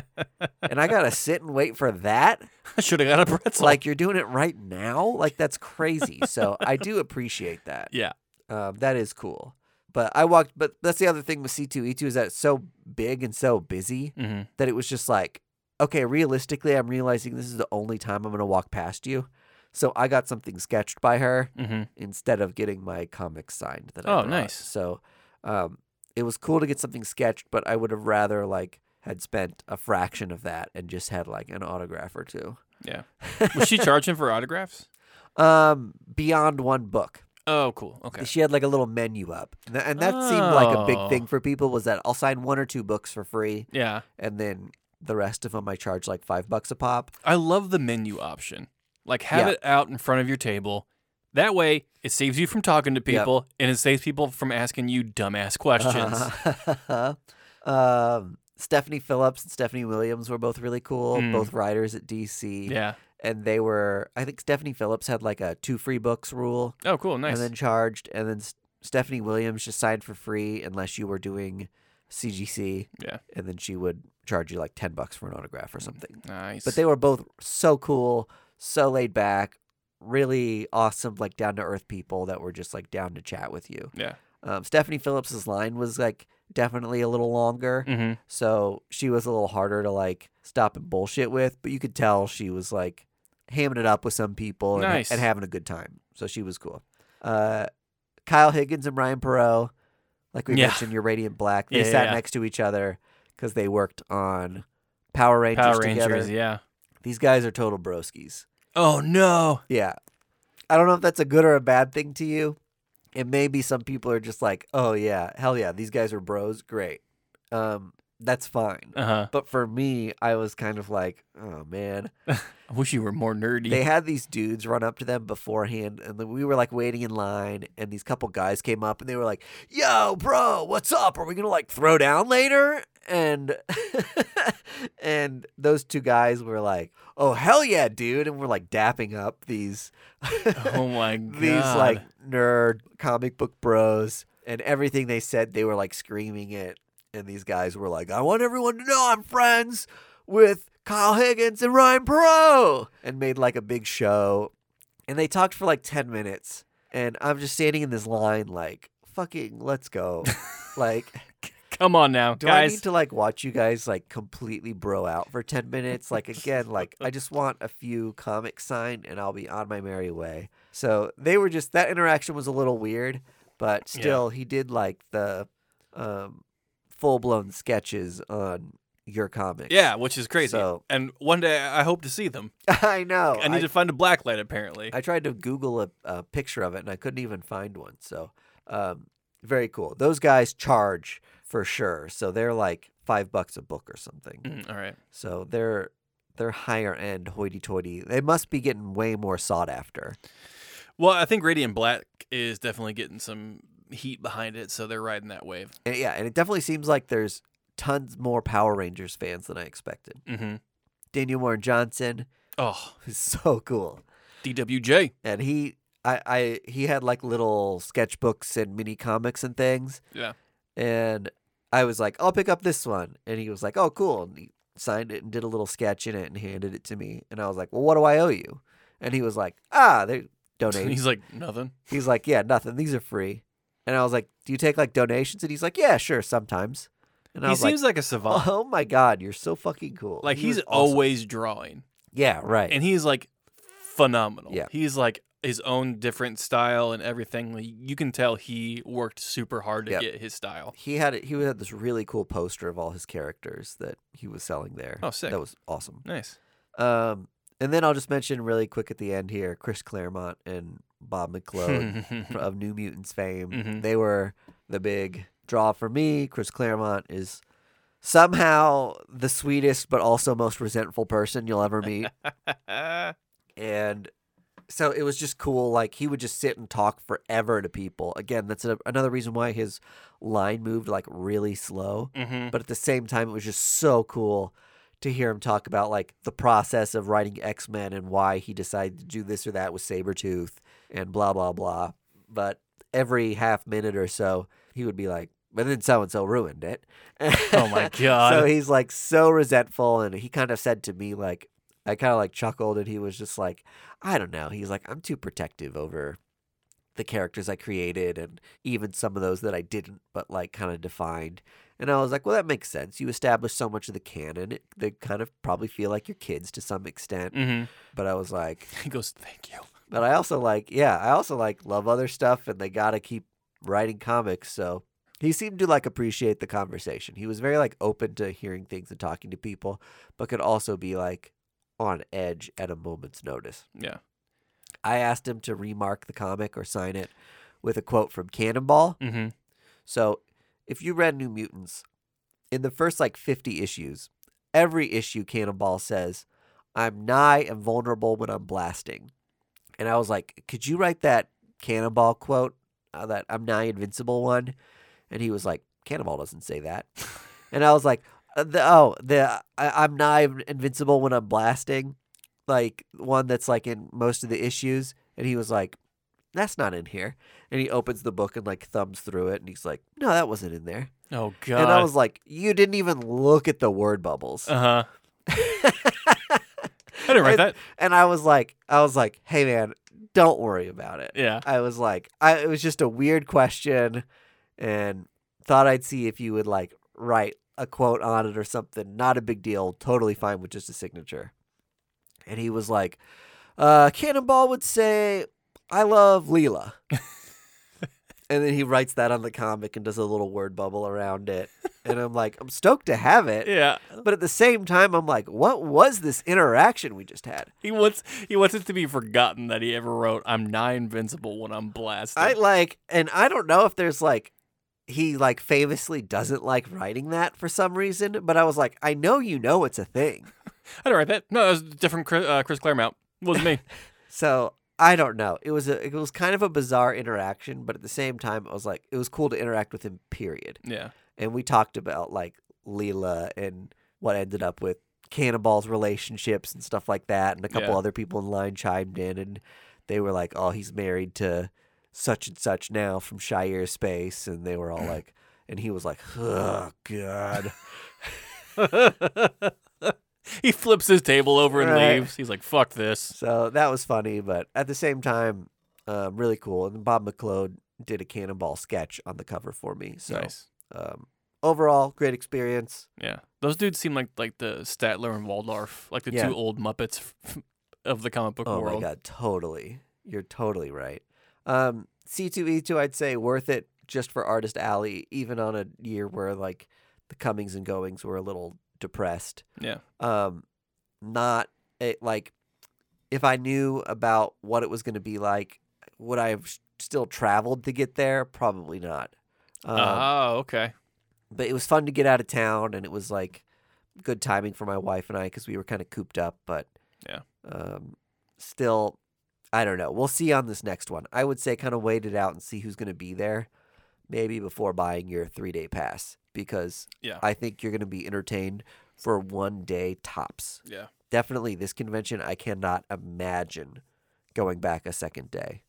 and I got to sit and wait for that?
<laughs> I should have got a
<laughs>
pretzel.
like you're doing it right now like that's crazy so i do appreciate that
yeah.
um, that is cool but i walked but that's the other thing with c2e2 is that it's so big and so busy
Mm-hmm.
that it was just like okay realistically i'm realizing this is the only time i'm going to walk past you so i got something sketched by her
Mm-hmm.
instead of getting my comics signed that I
Oh,
brought.
nice.
So um, it was cool to get something sketched, but I would have rather like had spent a fraction of that and just had like an autograph or two. <laughs>
Yeah. Was she charging for autographs?
Um, beyond one book.
Oh, cool. Okay.
She had like a little menu up, and, tha- and that seemed like a big
Oh.
thing for people was that I'll sign one or two books for free,
Yeah.
and then the rest of them I charge like five bucks a pop.
I love the menu option. Like have
Yeah.
it out in front of your table. That way, it saves you from talking to
Yep. <laughs>
people and it saves people from asking you dumbass questions.
Uh-huh. <laughs> Um, Stephanie Phillips and Stephanie Williams were both really cool,
Mm.
both writers at DC.
Yeah.
And they were, I think Stephanie Phillips had like a two free books rule
Oh, cool. Nice.
and then charged. And then S- Stephanie Williams just signed for free unless you were doing CGC.
Yeah. Mm.
And then she would charge you like 10 bucks for an autograph or something.
nice.
But they were both so cool, so laid back, really awesome, like down to earth people that were just like down to chat with you.
Yeah.
Um, Stephanie Phillips's line was like definitely a little longer,
hmm
so she was a little harder to like stop and bullshit with. But you could tell she was like hamming it up with some people and,
Nice.
and having a good time. So she was cool. Uh, Kyle Higgins and Ryan Perot, like we
Yeah.
mentioned, your Radiant Black, they
Yeah,
sat
yeah.
next to each other because they worked on Power Rangers
Power
together.
Rangers. Yeah.
These guys are total broskies.
Oh no.
Yeah. I don't know if that's a good or a bad thing to you. It may be some people are just like, oh, yeah, hell yeah, these guys are bros. Great. Um, that's fine.
Uh huh.
But for me, I was kind of like, oh, man.
I wish you were more nerdy.
They had these dudes run up to them beforehand, and then we were like waiting in line, and these couple guys came up and they were like, yo, bro, what's up? Are we going to like throw down later? And <laughs> and those two guys were like, "Oh hell yeah, dude!" And we're like dapping up these
<laughs> oh my
<laughs>
god.
these like nerd comic book bros and everything they said they were like screaming it and these guys were like i want everyone to know i'm friends with kyle higgins and ryan perot and made like a big show and they talked for like 10 minutes and i'm just standing in this line like fucking let's go like
Come on now,
<laughs> do
guys.
i need to like watch you guys like completely bro out for 10 minutes like again like i
<laughs>
just want a few comics signed and i'll be on my merry way so they were just that interaction was a little weird but
Yeah.
still he did like the um full-blown sketches on your comics
yeah, which is crazy.
So-
and one day I hope to see them.
<laughs> i know
I need to find a blacklight apparently.
I tried to Google a, a picture of it and I couldn't even find one. So, um, very cool. Those guys charge for sure. So they're like five bucks a book or something.
Mm, <clears throat> all right.
So they're they're higher end hoity-toity. They must be getting way more sought after.
Well, I think Radiant Black is definitely getting some heat behind it, so they're riding that wave.
And yeah, and it definitely seems like there's tons more Power Rangers fans than I expected.
Mm-hmm.
Daniel Warren Johnson <laughs>
Oh,
is so cool.
DWJ.
and he I, I he had like little sketchbooks and mini comics and things
Yeah.
and i was like i'll pick up this one and he was like oh cool and he signed it and did a little sketch in it and handed it to me and i was like well what do i owe you and he was like ah they donate
<laughs> He's like nothing.
he's like yeah nothing these are free and i was like do you take like donations and he's like yeah sure sometimes and i
He
was like
seems like,
<laughs>
a savant.
oh my god you're so fucking cool
like
He
he's
was awesome.
always drawing,
yeah right
and he's like phenomenal.
Yeah.
He's like his own different style and everything. Like, You can tell he worked super hard to
Yep.
get his style.
he had he had this really cool poster of all his characters that he was selling there.
Oh, sick.
That was awesome. <laughs>
Nice.
Um, and then I'll just mention really quick at the end here, Chris Claremont and Bob <laughs>
<laughs>
McClode
Mhm.
of New Mutants fame.
Mhm.
They were the big draw for me. Chris Claremont is somehow the sweetest but also most resentful person you'll ever meet. and so it was just cool like he would just sit and talk forever to people again that's a, another reason why his line moved like really slow
Mm-hmm.
<laughs> but at the same time it was just so cool to hear him talk about like the process of writing x-men and why he decided to do this or that with sabretooth and blah blah blah but every half minute or so he would be like but then so and so ruined it
Oh my
<laughs>
god.
so he's like so resentful, and he kind of said to me like, I kind of like chuckled, and he was just like, I don't know. He's like, I'm too protective over the characters I created, and even some of those that I didn't, but like kind of defined. And I was like, well, that makes sense. You establish so much of the canon; it, they kind of probably feel like your kids to some extent.
Mhm.
But I was like,
He goes, "Thank you."
but I also like, yeah, I also like love other stuff, and they gotta keep writing comics. So he seemed to like appreciate the conversation. He was very like open to hearing things and talking to people, but could also be like on edge at a moment's notice.
Yeah.
I asked him to remark the comic or sign it with a quote from Cannonball.
Mm-hmm.
So if you read New Mutants, in the first like 50 issues, every issue Cannonball says, I'm nigh and vulnerable when I'm blasting. And I was like, could you write that Cannonball quote, uh, that I'm nigh invincible one? And he was like, Cannonball doesn't say that. and I was like, uh, the, oh, the I, I'm not even invincible when I'm blasting, like one that's like in most of the issues. And he was like, that's not in here. And he opens the book and like thumbs through it, and he's like, no, that wasn't in there.
Oh god.
And I was like, you didn't even look at the word bubbles.
uh
<laughs>
huh. I didn't write
And-
that.
And I was like, I was like, hey man, don't worry about it.
Yeah.
I was like, I, it was just a weird question, and thought I'd see if you would like write a quote on it or something. Not a big deal. Totally fine with just a signature. And he was like, uh, Cannonball would say, "I love Leela," and then he writes that on the comic and does a little word bubble around it. And I'm like, I'm stoked to have it,
Yeah.
but at the same time, I'm like, what was this interaction we just had?
He wants he wants it to be forgotten that he ever wrote I'm not invincible when I'm blasted.
I like, and I don't know if there's like, he like famously doesn't like writing that for some reason, but I was like, I know you know it's a thing.
I didn't write that. No, that was different Chris, uh, Chris Claremont.
<laughs>
Wasn't me.
So I don't know. It was a, it was kind of a bizarre interaction, but at the same time, I was like, it was cool to interact with him. Period.
yeah.
And we talked about like Leela and what ended up with Cannonball's relationships and stuff like that, and a couple
Yeah.
other people in line chimed in and they were like, "Oh, he's married to such and such now from Shire Space," and they were
<clears throat>
all like, and he was like, "Oh God."
he flips his table over and
Right.
leaves. He's like, "Fuck this."
So that was funny, but at the same time, um, really cool. And Bob McLeod did a Cannonball sketch on the cover for me. So
nice.
um, overall, great experience.
Yeah. Those dudes seem like like the Statler and Waldorf, like the
Yeah.
two old Muppets <laughs> of the comic book
Oh
world.
my god, totally. You're totally right. Um, C2E2, I'd say worth it just for Artist Alley, even on a year where like the comings and goings were a little depressed.
Yeah.
Um, not it, like if I knew about what it was going to be like, would I have s- still traveled to get there? Probably not. Um,
oh, okay.
But it was fun to get out of town, and it was like good timing for my wife and I because we were kind of cooped up. But
Yeah.
um, still, I don't know. We'll see on this next one. I would say kind of wait it out and see who's going to be there, maybe before buying your three day pass because
Yeah.
I think you're going to be entertained for one day tops
Yeah.
definitely this convention i cannot imagine going back a second day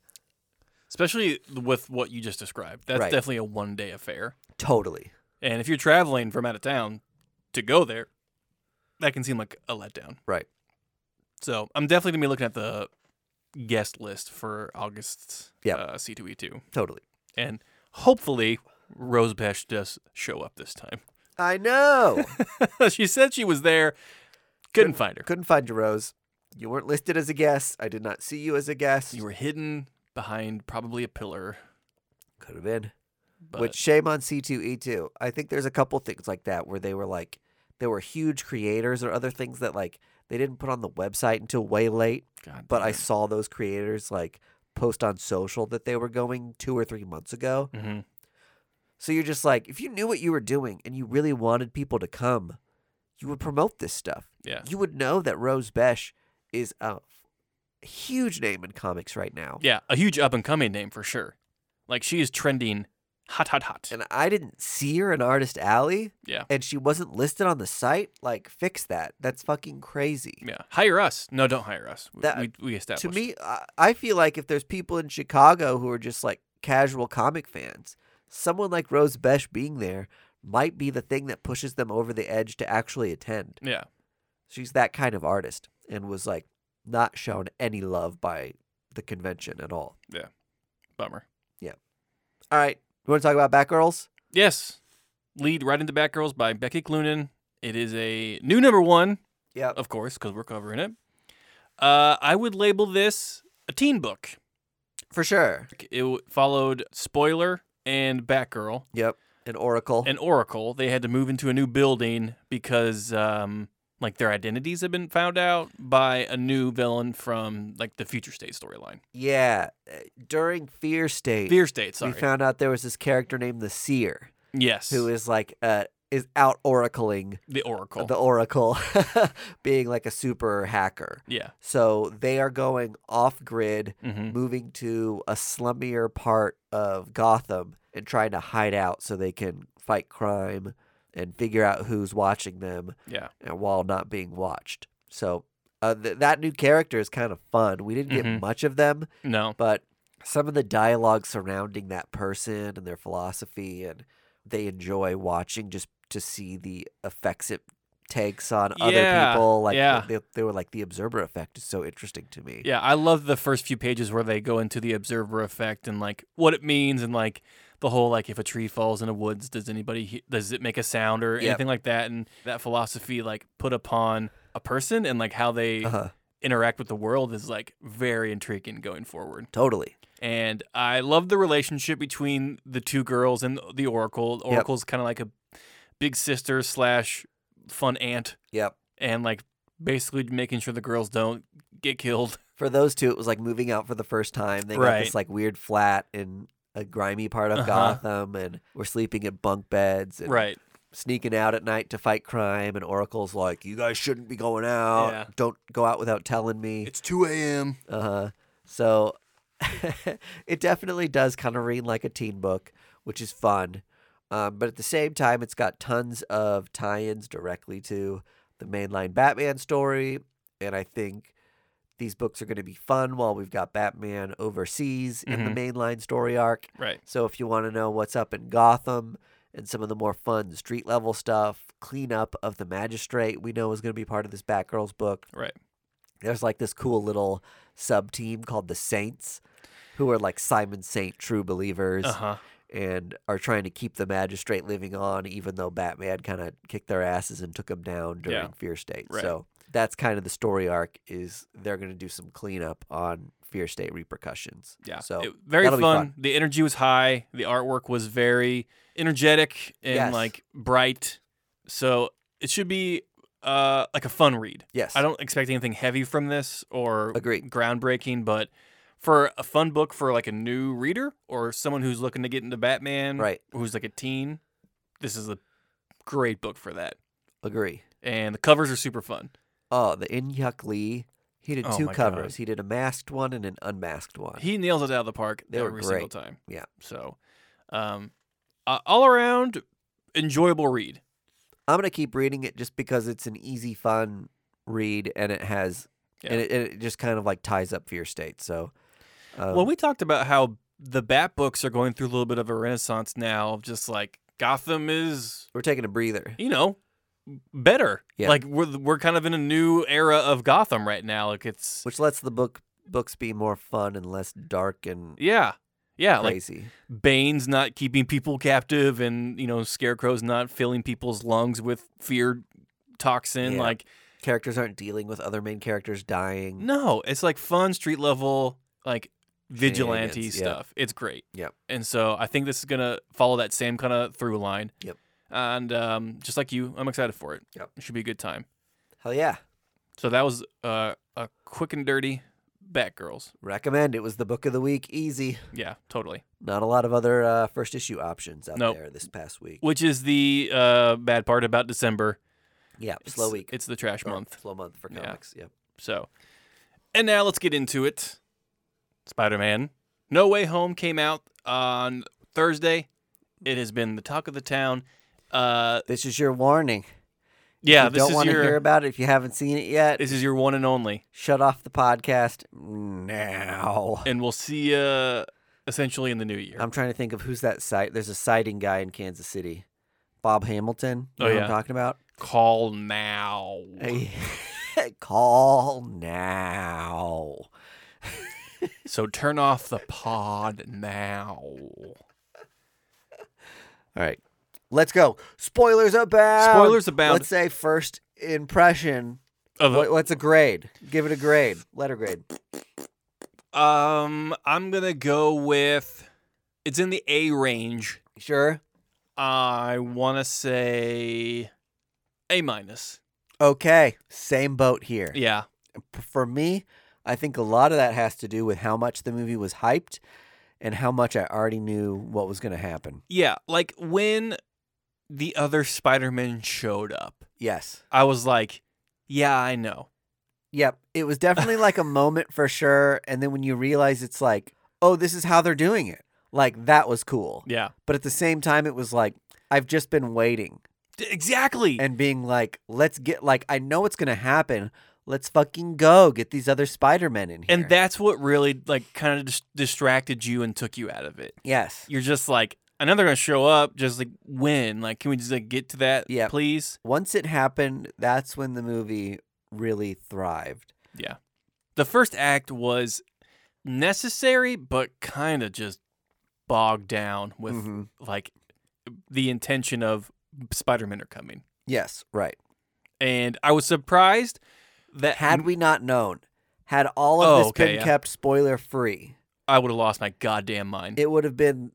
Especially with what you just described. That's
Right.
definitely a one day affair.
totally
And if you're traveling from out of town to go there, that can seem like a letdown.
Right.
So I'm definitely gonna be looking at the guest list for August's
Yep.
uh, C2E2,
totally
and hopefully Rose Besh does show up this time. <laughs>
i know
she said she was there, couldn't find her.
couldn't find your rose you weren't listed as a guest i did not see you as a guest
You were hidden behind probably a pillar.
could have been
But
which shame on c2e2 i think there's a couple things like that where they were like there were huge creators or other things that like they didn't put on the website until way late
God
but i saw those creators like post on social that they were going two or three months ago
hmm
So you're just like, if you knew what you were doing and you really wanted people to come, you would promote this stuff.
Yeah.
You would know that Rose Besh is a huge name in comics right now.
Yeah, a huge up and coming name for sure. Like she is trending hot, hot, hot.
And I didn't see her in Artist Alley
Yeah.
and she wasn't listed on the site. Like, fix that. That's fucking crazy.
Yeah, hire us. No, don't hire us. We,
That-
we, we established.
to me, I- I feel like if there's people in Chicago who are just like casual comic fans, someone like Rose Besh being there might be the thing that pushes them over the edge to actually attend.
yeah,
she's that kind of artist and was like not shown any love by the convention at all.
bummer.
All right, you want to talk about Batgirls?
Yes, lead right into Batgirls by Becky Cloonan. It is a new number one,
Yeah.
of course, because we're covering it. Uh, I would label this a teen book.
For sure.
It w- followed Spoiler and Batgirl
Yep. An Oracle.
and Oracle. They had to move into a new building because, um, like, their identities have been found out by a new villain from like the Future State storyline.
yeah. uh, During Fear State,
Fear State.
we
Sorry.
found out there was this character named the Seer
yes.
who is like uh is out oracling
the Oracle?
the Oracle, <laughs> being like a super hacker.
yeah.
So they are going off grid
hmm
moving to a slummier part of Gotham and trying to hide out so they can fight crime and figure out who's watching them
Yeah.
uh, while not being watched. So uh, th- that new character is kind of fun. We didn't get
Mhm.
much of them,
No.
but some of the dialogue surrounding that person and their philosophy, and they enjoy watching just to see the effects it takes on other
Yeah,
people. Like
yeah.
they, they were like the observer effect is so interesting to me.
Yeah, I love the first few pages where they go into the observer effect and like what it means and like the whole like if a tree falls in the woods, does anybody he- does it make a sound or
Yep.
anything like that? And that philosophy like put upon a person and like how they
Uh-huh.
interact with the world is like very intriguing going forward.
Totally.
And I love the relationship between the two girls and the Oracle. Oracle's kind of like a big sister slash fun aunt
Yep.
and like basically making sure the girls don't
<laughs>
get killed.
For those two, it was like moving out for the first time. They got this
Right.
like weird flat in a grimy part of
Uh-huh.
Gotham, and we're sleeping in bunk beds. And
Right.
sneaking out at night to fight crime, and Oracle's like, "You guys shouldn't be going out.
Yeah.
Don't go out without telling me."
It's 2 a.m.
Uh huh. So <laughs> it definitely does kind of read like a teen book, which is fun. Um, but at the same time, it's got tons of tie-ins directly to the mainline Batman story, and I think these books are going to be fun while we've got Batman overseas in the mainline story arc.
Right.
So if you want to know what's up in Gotham and some of the more fun street level stuff, cleanup of the magistrate, we know is going to be part of this Batgirls book.
Right.
There's like this cool little sub team called the Saints, who are like Simon Saint true believers
Uh huh.
and are trying to keep the magistrate living on, even though Batman kind of kicked their asses and took them down during
Yeah.
Fear State.
Right.
So that's kind of the story arc is they're going to do some cleanup on Fear State repercussions.
Yeah.
So
It- very
that'll
fun.
be
The energy was high. The artwork was very energetic and
Yes.
like bright. So it should be uh like a fun read.
yes,
I don't expect anything heavy from this or
Agreed.
groundbreaking, but for a fun book for like a new reader or someone who's looking to get into Batman,
Right.
Who's like a teen, this is a great book for that.
agree.
And the covers are super fun.
Oh, the Inyuk Lee. He did
Oh
two
my God.
covers. He did a masked one and an unmasked one.
He nails it out of the park
They were
every single
great.
time.
Yeah.
So, um, uh, all around enjoyable read.
I'm gonna keep reading it just because it's an easy, fun read, and it has,
Yeah.
and, it, and it just kind of like ties up Fear State. So, um,
well, we talked about how the Bat books are going through a little bit of a renaissance now. of Just like Gotham is,
we're taking a breather.
you know, better.
Yeah.
Like we're we're kind of in a new era of Gotham right now. Like it's
which lets the book books be more fun and less dark and
yeah. Yeah, like
crazy.
Bane's not keeping people captive and, you know, Scarecrow's not filling people's lungs with fear toxin.
Yeah.
Like
Characters aren't dealing with other main characters dying.
No, it's like fun street level, like vigilante
Shenanigans, yeah.
stuff. It's great.
Yep.
And so I think this is gonna follow that same kind of through line.
Yep.
And um, just like you, I'm excited for it.
Yep.
It should be a good time.
Hell yeah,
So that was uh, a quick and dirty Batgirls.
recommend. It was the book of the week. Easy.
Yeah, totally.
Not a lot of other uh, first issue options out
Nope.
there this past week.
Which is the uh, bad part about December.
Yeah,
It's,
slow week.
It's the trash
Or
month.
Slow month for
Yeah.
comics. Yep.
So, and now let's get into it. Spider Man No Way Home came out on Thursday. It has been the talk of the town. Uh,
This is your warning.
yeah,
you
this
don't
is
want to
your
hear about it if you haven't seen it yet.
this is your one and only,
Shut off the podcast now.
and we'll see uh essentially in the new year.
I'm trying to think of who's that site. There's a sighting guy in Kansas City, Bob Hamilton. You
Oh,
know what
yeah.
I'm talking about.
Call now.
Hey, <laughs> Call now.
So turn off the pod now.
All right, let's go. Spoilers about.
Spoilers abound.
Let's say first impression.
Of-
What, what's a grade? Give it a grade. Letter grade.
um, I'm gonna go with it's in the A range.
Sure.
I want to say A minus.
Okay. Same boat here.
Yeah.
p- for me, I think a lot of that has to do with how much the movie was hyped and how much I already knew what was going to happen.
Yeah. Like when the other Spider Man showed up,
Yes.
I was like, yeah, I know.
Yep. It was
<laughs>
definitely like a moment for sure. And then when you realize it's like, oh, this is how they're doing it, like that was cool.
Yeah.
But at the same time, it was like, I've just been waiting
D- Exactly.
and being like, let's get like I know it's gonna happen. Let's fucking go get these other Spider Men in here.
and that's what really like kind of dis- distracted you and took you out of it.
yes,
You're just like, I know they're gonna show up. Just like when? Like, can we just like get to that?
Yeah.
Please.
once it happened, that's when the movie really thrived.
Yeah. The first act was necessary, but kind of just bogged down with
Mhm.
like the intention of Spider Men are coming.
Yes, right.
And I was surprised that
Had we not known, had all of
Oh,
this
okay,
been
yeah.
kept spoiler free,
I would have lost my goddamn mind.
it would have been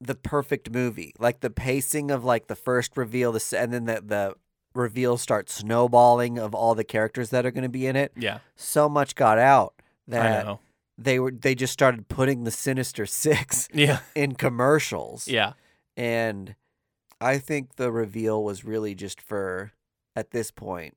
the perfect movie. Like the pacing of like the first reveal, the s- and then the the reveal starts snowballing of all the characters that are going to be in it.
yeah,
So much got out
I
that
know.
they were they just started putting the Sinister <laughs> Six
Yeah,
in commercials.
yeah,
And I think the reveal was really just for at this point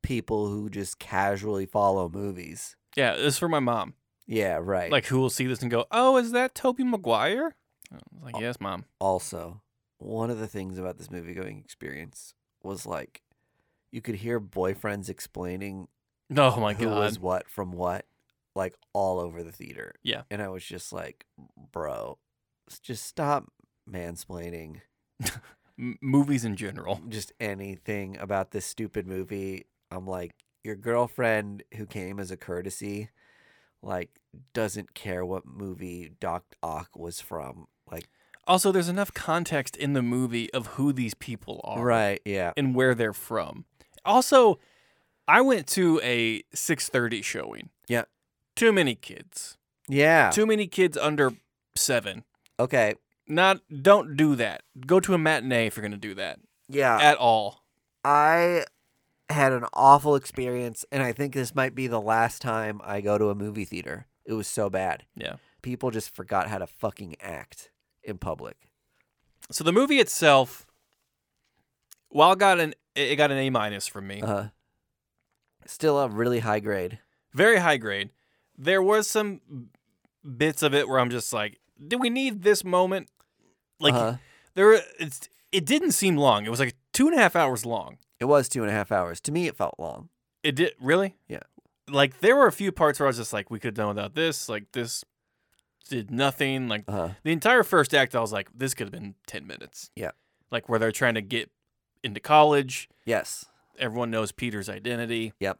people who just casually follow movies.
yeah. This is for my mom.
Yeah, right.
Like, who will see this and go, "Oh, is that Toby Maguire?" I was
Oh.
like, yes, mom.
also, one of the things about this movie going experience was like you could hear boyfriends explaining
Oh my
who
god.
was what from what, like all over the theater.
Yeah.
And I was just like, bro, s- just stop mansplaining.
M- movies in general.
just anything about this stupid movie, I'm like, your girlfriend who came as a courtesy, like, doesn't care what movie Doc Ock was from. Like,
Also, there's enough context in the movie of who these people are.
right, yeah.
and where they're from. Also, I went to a 6:30 showing.
Yeah.
Too many kids.
Yeah.
Too many kids under 7.
Okay.
Not don't do that. Go to a matinee if you're going to do that
Yeah.
at all.
I had an awful experience, and I think this might be the last time I go to a movie theater. It was so bad.
Yeah.
People just forgot how to fucking act in public.
So the movie itself while it got an it got an A minus from me.
Uh, still a really high grade.
Very high grade. There was some bits of it where I'm just like, do we need this moment? Like
Uh-huh.
there it's it didn't seem long. It was like two and a half hours long.
It was two and a half hours. To me, it felt long.
It did really?
Yeah.
Like there were a few parts where I was just like, we could have done without this. Like this did nothing. Like
Uh-huh.
the entire first act, I was like, this could have been ten minutes.
Yeah.
Like where they're trying to get into college.
Yes.
Everyone knows Peter's identity.
Yep.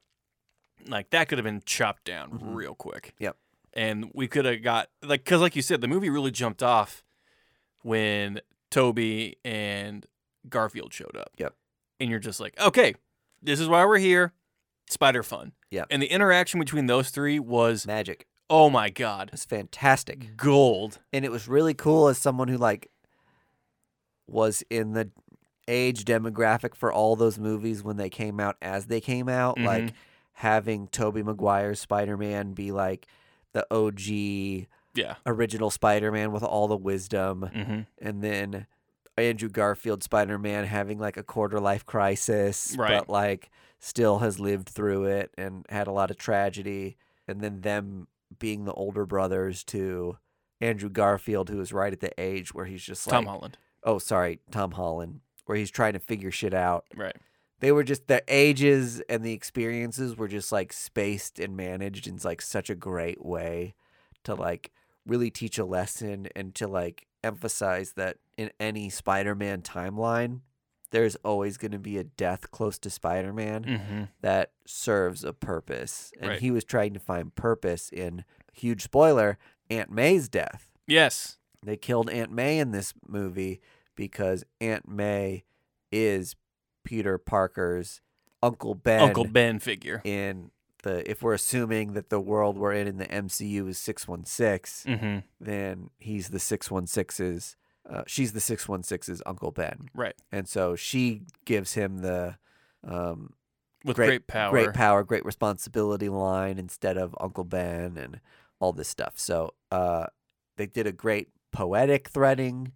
Like that could have been chopped down
Mhm.
real quick.
Yep.
And we could have got like because like you said, the movie really jumped off when Toby and Garfield showed up.
Yep.
And you're just like, okay, this is why we're here. Spider fun.
Yep.
And the interaction between those three was
Magic.
oh my
It
god,
was fantastic.
gold.
And it was really cool as someone who like was in the age demographic for all those movies when they came out as they came out. Like having Toby Maguire's Spider Man be like the OG
Yeah.
original Spider Man with all the wisdom
Mm-hmm.
and then Andrew Garfield Spider Man having like a quarter life crisis,
Right.
but like still has lived through it and had a lot of tragedy. And then them being the older brothers to Andrew Garfield, who is right at the age where he's just
Tom
like,
Holland.
oh, sorry, Tom Holland, where he's trying to figure shit out.
Right.
They were just the ages and the experiences were just like spaced and managed in like such a great way to like really teach a lesson and to like emphasize that in any Spider-Man timeline, there's always going to be a death close to Spider-Man
Mm-hmm.
that serves a purpose. And
Right.
he was trying to find purpose in huge spoiler, Aunt May's death
Yes.
they killed Aunt May in this movie because Aunt May is Peter Parker's Uncle Ben,
Uncle Ben figure.
in the if we're assuming that the world we're in in the MCU is 616,
Mm-hmm.
then he's the 616's uh, she's the 616's Uncle Ben.
Right.
And so she gives him the um,
With
Great-
great, power.
great power, great responsibility line instead of Uncle Ben and all this stuff. So uh, they did a great poetic threading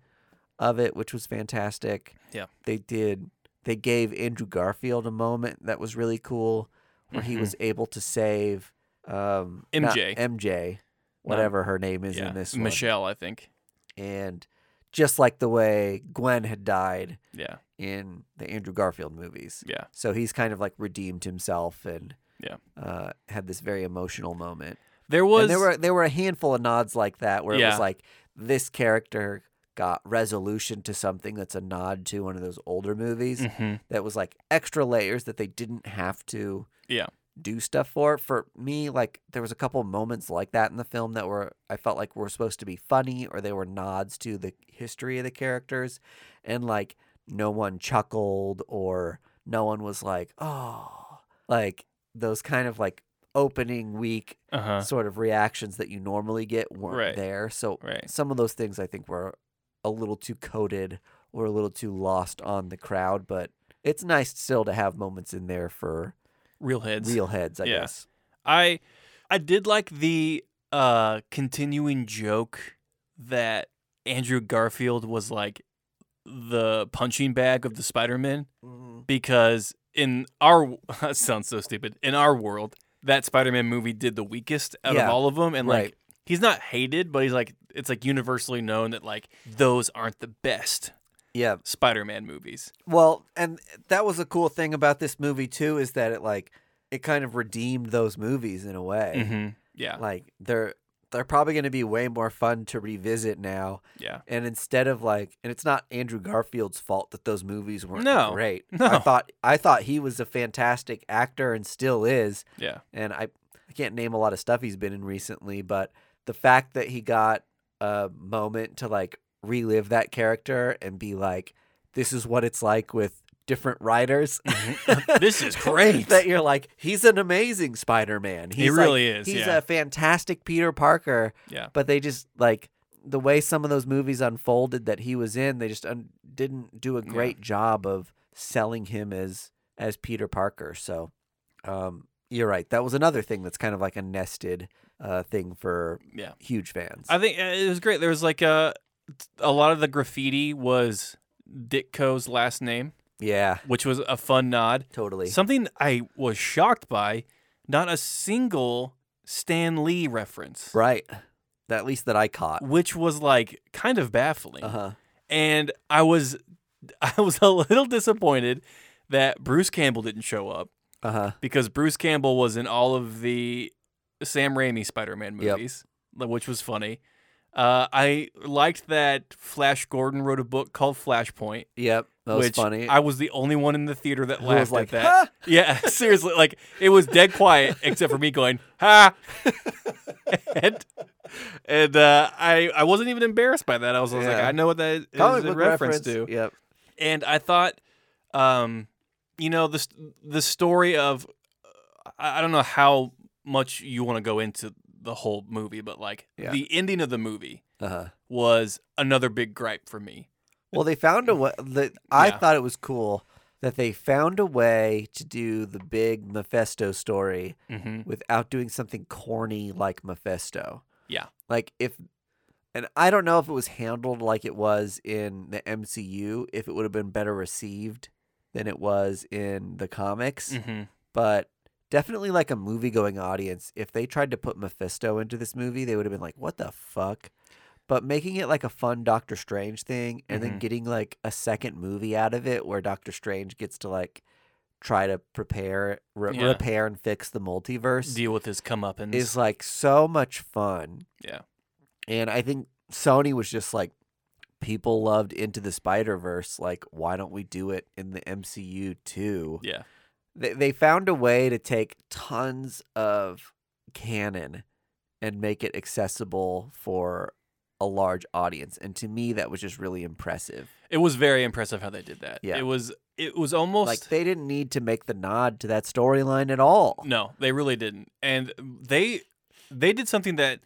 of it, which was fantastic.
Yeah.
They did, they gave Andrew Garfield a moment that was really cool where he
Mhm.
was able to save um, not
MJ.
MJ, whatever her name is
Yeah.
in this one.
Michelle, I think.
And just like the way Gwen had died
Yeah.
in the Andrew Garfield movies.
Yeah.
So he's kind of like redeemed himself and
Yeah.
uh, had this very emotional moment.
There was
and there were there were a handful of nods like that where it
Yeah.
was like this character got resolution to something that's a nod to one of those older movies
Mhm.
that was like extra layers that they didn't have to
Yeah.
do stuff for. For me, like there was a couple moments like that in the film that were I felt like were supposed to be funny or they were nods to the history of the characters, and like no one chuckled or no one was like oh like those kind of like opening week
uh-huh.
sort of reactions that you normally get weren't
Right.
there. So
Right.
some of those things I think were a little too coded or a little too lost on the crowd, but it's nice still to have moments in there for
Real heads.
real heads, I
yeah.
guess.
I I did like the uh continuing joke that Andrew Garfield was like the punching bag of the Spider-Man
Mm-hmm.
because in our <laughs> that sounds so stupid. In our world, that Spider-Man movie did the weakest out
Yeah.
of all of them and
Right.
like he's not hated, but he's like it's like universally known that like those aren't the best
Yeah.
Spider-Man movies.
Well, and that was a cool thing about this movie too is that it like it kind of redeemed those movies in a way.
Mhm. Yeah.
Like they're they're probably going to be way more fun to revisit now.
<laughs> Yeah.
And instead of like, and it's not Andrew Garfield's fault that those movies weren't
No,
great.
no.
I thought I thought he was a fantastic actor and still is.
Yeah.
And I I can't name a lot of stuff he's been in recently, but the fact that he got a moment to like relive that character and be like, this is what it's like with different writers.
This is great.
that you're like, he's an amazing Spider-Man. He's
He really
like-
is,
He's
yeah.
a fantastic Peter Parker
Yeah.
but they just like the way some of those movies unfolded that he was in they just un- didn't do a
Yeah.
great job of selling him as as peter parker so um you're right that was another thing that's kind of like a nested uh thing for
Yeah.
huge fans
I think uh, it was great. There was like a a lot of the graffiti was Ditko's last name,
yeah
which was a fun nod.
totally
Something I was shocked by, not a single Stan Lee reference,
right That- at least that i caught
which was like kind of baffling.
uh-huh
And I was <laughs> I was a little disappointed that Bruce Campbell didn't show up
uh-huh
because Bruce Campbell was in all of the Sam Raimi Spider-Man
Yep.
movies, li- which was funny. Uh, I liked that Flash Gordon wrote a book called Flashpoint,
yep that was
which
funny
I was the only one in the theater that
Who
laughed
was like
at that.
"Huh?"
<laughs> Yeah, seriously, like it was dead
<laughs>
quiet except for me going ha, <laughs> and, and uh, I I wasn't even embarrassed by that. I was, I was like,
Yeah.
I know what that is
comic
in
book
reference
reference
to
yep
and I thought, um, you know, the st- the story of I I don't know how much you want to go into the whole movie, but like
Yeah.
the ending of the movie
uh-huh
was another big gripe for me.
Well, they found a way. That I
Yeah.
thought it was cool that they found a way to do the big Mephisto story
Mm-hmm.
without doing something corny like Mephisto.
Yeah.
Like if, and I don't know if it was handled like it was in the MCU, if it would have been better received than it was in the comics,
Mm-hmm.
but. Definitely like a movie going audience. If they tried to put Mephisto into this movie, they would have been like, what the fuck? but making it like a fun Doctor Strange thing and then
Mhm.
getting like a second movie out of it where Doctor Strange gets to like try to prepare re-
Yeah.
repair and fix the multiverse
Deal with his comeuppance.
is like so much fun.
Yeah.
And I think Sony was just like people loved Into the Spider-Verse like why don't we do it in the MCU too?
yeah,
they, they found a way to take tons of canon and make it accessible for a large audience and to me that was just really impressive
it was very impressive how they did that.
Yeah.
it was it was almost
like they didn't need to make the nod to that storyline at all
no, they really didn't, and they they did something that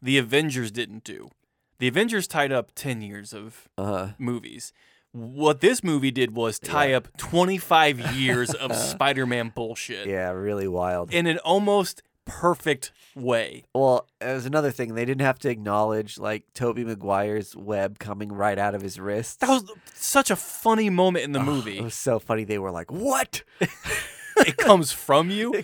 the Avengers didn't do. The Avengers tied up ten years of
uh,
movies. What this movie did was tie
Yeah. <laughs>
up 25 years of Spider-Man bullshit
yeah really wild
in an almost perfect way.
well it was another thing they didn't have to acknowledge like toby maguire's web coming right out of his wrist <laughs>
That was such a funny moment in the
it
movie.
was so funny they were like what <laughs>
it comes from you.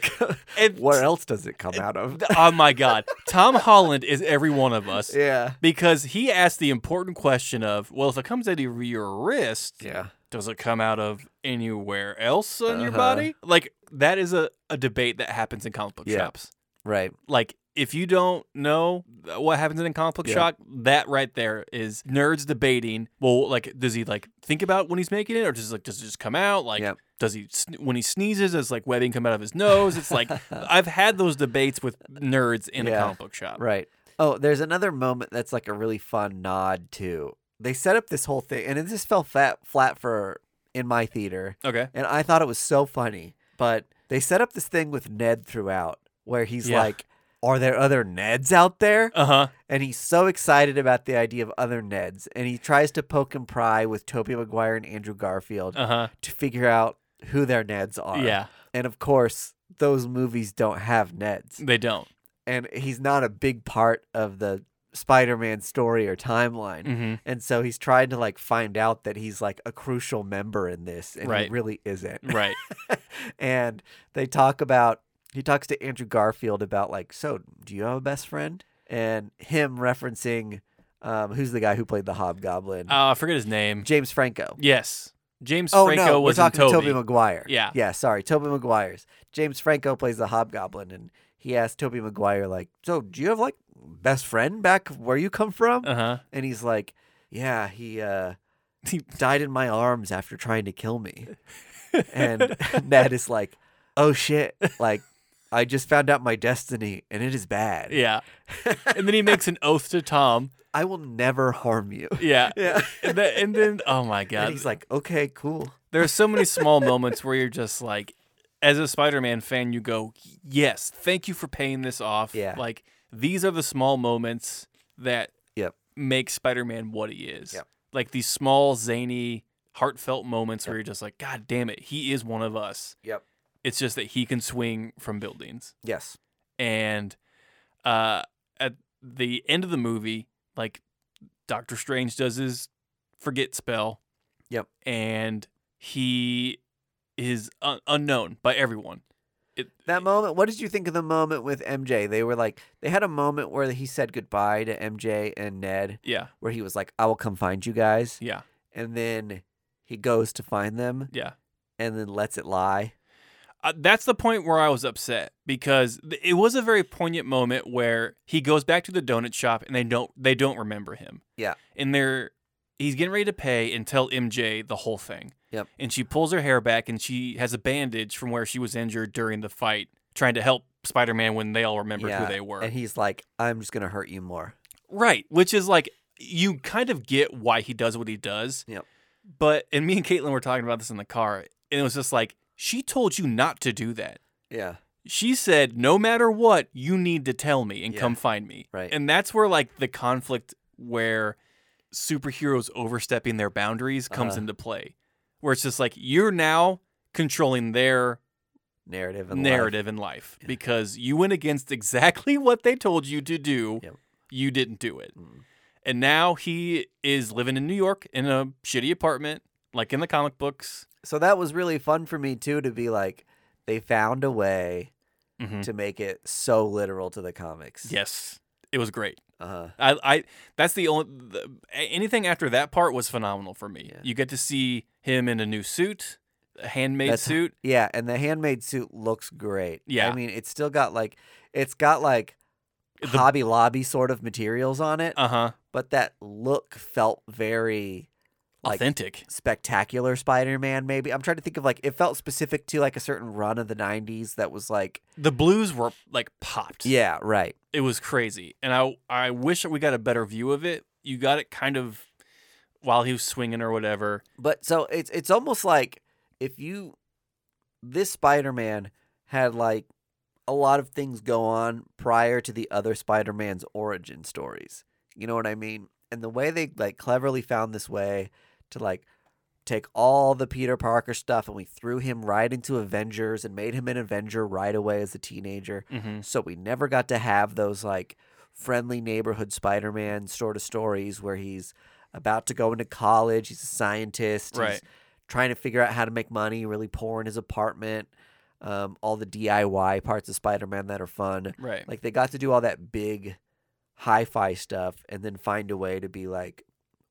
And
Where else does it come out of?
<laughs> oh my God, Tom Holland is every one of us
Yeah.
because he asked the important question of, well, if it comes out of your wrist,
Yeah.
does it come out of anywhere else on your
Uh-huh.
body? Like that is a, a debate that happens in comic book
Yeah.
shops.
Right.
Like if you don't know what happens in a comic book
Yeah.
shop, that right there is nerds debating. Well, like does he like think about when he's making it, or does like does it just come out? Like
Yep.
does he sn- when he sneezes, does like webbing come out of his nose?
<laughs>
It's like I've had those debates with nerds in a
Yeah.
comic book shop.
Right. Oh, there's another moment that's like a really fun nod to. They set up this whole thing, and it just fell fat, flat for in my theater,
Okay.
and I thought it was so funny. But they set up this thing with Ned throughout, where he's
Yeah.
like, "Are there other Neds out there?"
Uh huh.
And he's so excited about the idea of other Neds, and he tries to poke and pry with Tobey Maguire and Andrew Garfield
Uh huh.
to figure out who their Neds are.
Yeah.
And of course, those movies don't have Neds
They don't.
and he's not a big part of the Spider-Man story or timeline. <laughs>
hmm
And so he's trying to like find out that he's like a crucial member in this and he
Right. Mm.
really isn't.
Right.
<laughs> and they talk about he talks to Andrew Garfield about like, so do you have a best friend? And him referencing um, who's the guy who played the Hobgoblin?
Uh, I forget his name.
James Franco.
Yes. James
Oh
Franco
no,
was
we're talking
in
to
Toby.
Toby Maguire.
Yeah.
yeah. Sorry, Toby Maguire's. James Franco plays the Hobgoblin, and he asked Toby Maguire like, "So, do you have like best friend back where you come from?"
uh huh.
and he's like, "Yeah, he uh,
<laughs> He-
died in my arms after trying to kill
<laughs>
me." and <laughs> Ned is like, "Oh shit! Like, I just found out my destiny, and it is bad. <laughs>
Yeah. and then he makes an oath to Tom.
I will never harm you."
Yeah.
Yeah.
And then, and then oh my
And
god.
he's like, "Okay, cool."
there are so many small moments where you're just like as a Spider-Man fan you go, "Yes, thank you for paying this off."
Yeah.
Like these are the small moments that
Yep.
make Spider-Man what he is.
Yep.
Like these small zany heartfelt moments where you're just like, "God damn it, he is one of us."
Yep.
It's just that he can swing from buildings.
Yes.
and uh, at the end of the movie, like Doctor Strange does his forget spell.
Yep.
and he is un- unknown by everyone. It,
That moment, what did you think of the moment with MJ? They were like, they had a moment where he said goodbye to MJ and Ned,
yeah,
where he was like, I will come find you guys.
yeah,
And then he goes to find them
yeah.
and then lets it lie.
Uh, that's the point where I was upset because th- it was a very poignant moment where he goes back to the donut shop and they don't they don't remember him.
Yeah.
and they're he's getting ready to pay and tell MJ the whole thing.
Yep.
and she pulls her hair back and she has a bandage from where she was injured during the fight, trying to help Spider Man when they all remembered
Yeah,
who they were.
And he's like, I'm just going to hurt you more.
Right, which is like you kind of get why he does what he does.
Yep.
But and me and Caitlin were talking about this in the car, and it was just like she told you not to do that.
Yeah.
She said, "No matter what, you need to tell me and
Yeah.
come find me."
Right.
and that's where like the conflict where superheroes overstepping their boundaries comes
Uh-huh.
into play, where it's just like you're now controlling their
Narrative and life.
narrative in life because you went against exactly <laughs> what they told you to do.
Yep.
You didn't do it.
Mm.
And now he is living in New York in a shitty apartment, like in the comic books.
So that was really fun for me, too, to be like, they found a way
Mm.
to make it so literal to the comics.
Yes. It was great.
Uh-huh.
I, I that's the only the, a- anything after that part was phenomenal for me.
Yeah.
You get to see him in a new suit, a handmade
That's-
suit.
Yeah, and the handmade suit looks great.
Yeah.
I mean, it's still got like it's got like
The-
Hobby Lobby sort of materials on it,
Uh-huh.
but that look felt very like
Authentic.
spectacular Spider-Man maybe. I'm trying to think of like it felt specific to like a certain run of the 90s that was like
The blues were like popped.
Yeah, right.
it was crazy and i i wish that we got a better view of it you got it kind of while he was swinging or whatever
But so it's it's almost like if you this Spider-Man had like a lot of things go on prior to the other Spider-Man's origin stories. You know what I mean? And the way they like cleverly found this way to like take all the Peter Parker stuff and we threw him right into Avengers and made him an Avenger right away as a teenager.
mm-hmm.
So we never got to have those like friendly neighborhood Spider Man sort of stories where he's about to go into college. He's a scientist.
Right.
He's trying to figure out how to make money, really poor in his apartment. um, all the DIY parts of Spider-Man that are fun.
Right.
Like they got to do all that big hi-fi stuff and then find a way to be like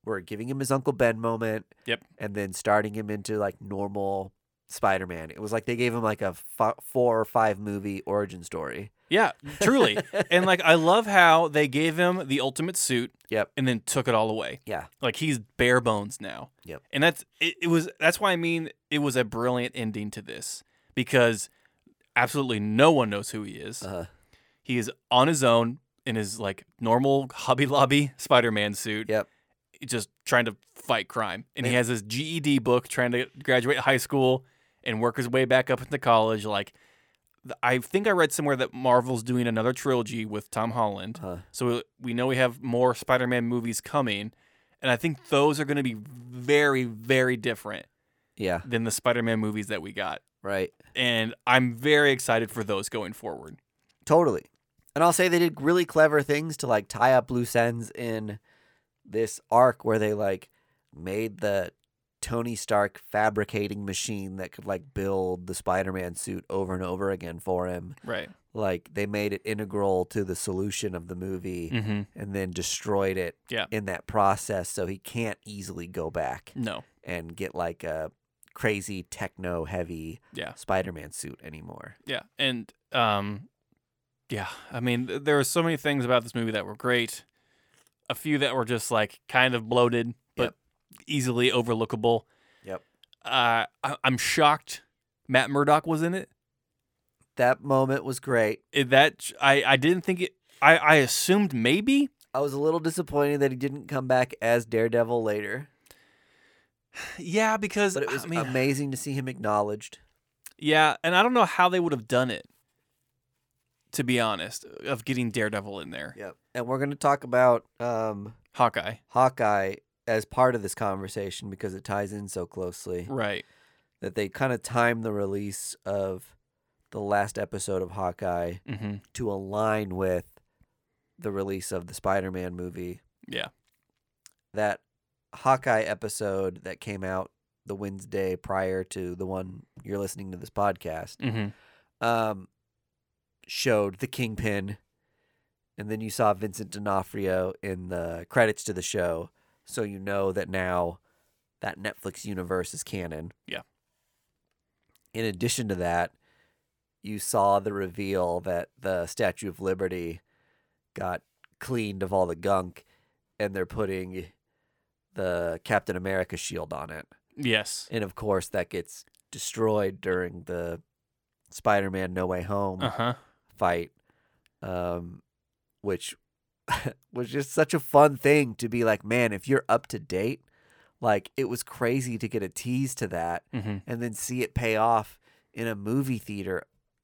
we're giving him his Uncle Ben moment.
Yep.
And then starting him into like normal Spider-Man. It was like they gave him like a f- four or five movie origin story.
yeah,
<laughs>
truly. and like I love how they gave him the ultimate suit
Yep.
and then took it all away.
Yeah.
Like he's bare bones now.
Yep.
And that's it, it was that's why I mean it was a brilliant ending to this because absolutely no one knows who he is.
Uh,
He is on his own in his like normal Hobby Lobby <laughs> Spider-Man suit.
Yep.
Just trying to fight crime. And he
Man.
has his GED book trying to graduate high school and work his way back up into college like th- I think I read somewhere that Marvel's doing another trilogy with Tom Holland.
Huh.
So we know we have more Spider-Man movies coming, and I think those are going to be very very different
yeah.
than the Spider-Man movies that we got.
Right.
And I'm very excited for those going forward.
Totally. And I'll say they did really clever things to like tie up loose ends in this arc where they like made the Tony Stark fabricating machine that could like build the Spider Man suit over and over again for him.
Right.
Like they made it integral to the solution of the movie
Mhm.
and then destroyed it
Yeah.
in that process so he can't easily go back
No.
and get like a crazy techno heavy
Yeah.
Spider Man suit anymore.
Yeah. And um yeah, I mean th- there are so many things about this movie that were great. A few that were just like kind of bloated but easily overlookable.
Yep.
Uh I- I'm shocked Matt Murdock was in it.
That moment was great.
it that I I didn't think it I I assumed maybe
I was a little disappointed that he didn't come back as Daredevil later,
yeah because
but it was
I mean,
amazing to see him acknowledged.
yeah and I don't know how they would have done it to be honest of getting Daredevil in there
Yep. And we're going to talk about um,
Hawkeye
Hawkeye as part of this conversation because it ties in so closely
right
that they kind of timed the release of the last episode of Hawkeye
mm-hmm.
to align with the release of the Spider-Man movie.
Yeah.
That Hawkeye episode that came out the Wednesday prior to the one you're listening to this podcast
Mm-hmm.
um, showed the Kingpin, and then you saw Vincent D'Onofrio in the credits to the show, so you know that now that Netflix universe is canon.
Yeah.
In addition to that, you saw the reveal that the Statue of Liberty got cleaned of all the gunk, and they're putting the Captain America shield on it.
yes
And of course, that gets destroyed during the Spider Man No Way Home
uh huh
fight, um, which <laughs> was just such a fun thing to be like, man, if you're up to date, like it was crazy to get a tease to that
mm-hmm.
and then see it pay off in a movie theater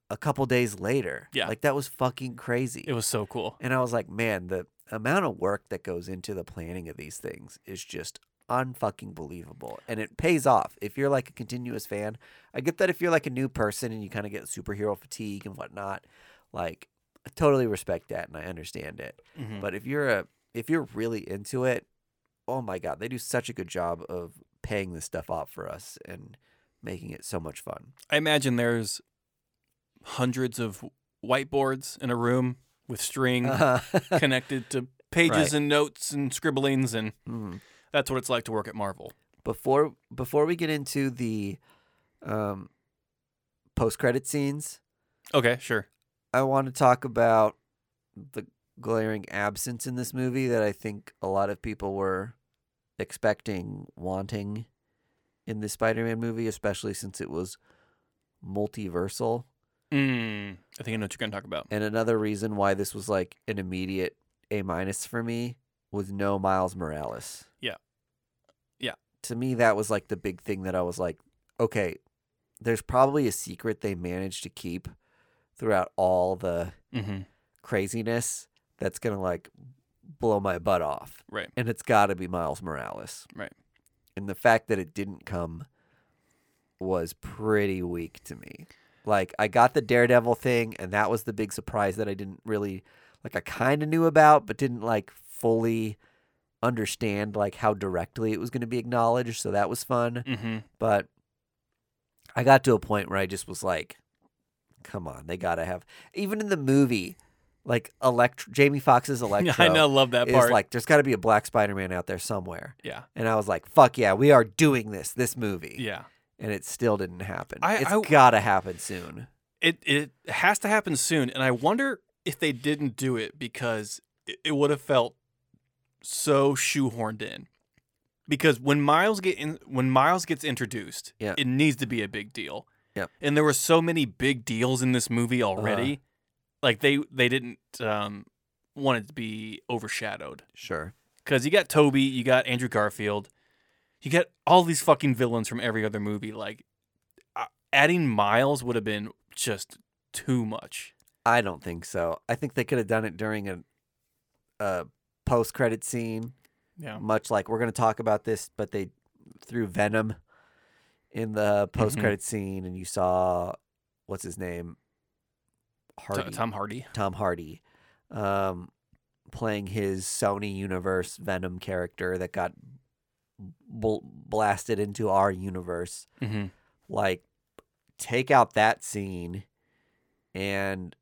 a couple days later.
Yeah.
Like that was fucking crazy.
it was so cool
and I was like, man, the amount of work that goes into the planning of these things is just unfucking believable. And it pays off. If you're like a continuous fan, I get that if you're like a new person and you kind of get superhero fatigue and whatnot, like I totally respect that and I understand it.
Mhm.
But if you're a if you're really into it, oh my god, they do such a good job of paying this stuff off for us and making it so much fun.
I imagine there's hundreds of whiteboards in a room with <laughs> string
<laughs>
connected to pages
Right.
and notes and scribblings and
Mm.
that's what it's like to work at Marvel
before before we get into the um, post credit scenes,
okay sure
I want to talk about the glaring absence in this movie that I think a lot of people were expecting, wanting in the Spider Man movie, especially since it was multiversal.
Mm, I think I know what you're gonna talk about.
And another reason why this was like an immediate A minus for me was no Miles Morales.
Yeah. Yeah.
To me, that was like the big thing that I was like, okay, there's probably a secret they managed to keep throughout all the
Mm-hmm.
craziness that's going to like blow my butt off.
Right.
And it's got to be Miles Morales.
Right.
And the fact that it didn't come was pretty weak to me. Like I got the Daredevil thing and that was the big surprise that I didn't really like I kind of knew about but didn't like fully understand like how directly it was going to be acknowledged, so that was fun,
Mm-hmm.
but I got to a point where I just was like come on, they gotta have even in the movie, like Elect Jamie Foxx's Electro.
<laughs> I know, love that
is
part.
like there's gotta be a black Spider Man out there somewhere.
yeah,
And I was like, fuck yeah, we are doing this, this movie.
yeah.
And it still didn't happen.
I-
It's
I-
gotta happen soon.
It it has to happen soon, and I wonder if they didn't do it because it, it would have felt so shoehorned in. Because when Miles get in, when Miles gets introduced,
Yeah.
it needs to be a big deal.
Yep. Uh-huh.
And there were so many big deals in this movie already, like they they didn't um, want it to be overshadowed.
Sure.
Because you got Toby, you got Andrew Garfield, you got all these fucking villains from every other movie. Like, uh, adding Miles would have been just too much.
I don't think so. I think they could have done it during a a post credit scene.
Yeah.
much like we're going to talk about this, but they threw Venom in the
Mm-hmm.
post credit scene, and you saw what's his name, Hardy,
Tom Hardy.
Tom Hardy, um, playing his Sony Universe Venom character that got bl- blasted into our universe.
Mm-hmm.
Like, take out that scene. And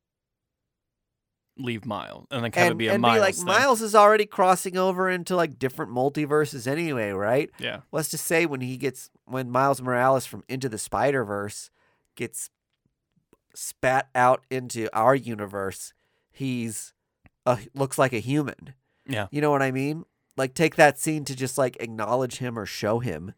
Leave Miles. And like, have
and,
it be a
and
Miles.
be like
thing.
Miles is already crossing over into like different multiverses anyway, right?
Yeah.
let's just say when he gets when Miles Morales from Into the Spider Verse gets spat out into our universe, he's a, looks like a human.
Yeah.
you know what I mean. Like take that scene to just like acknowledge him or show him,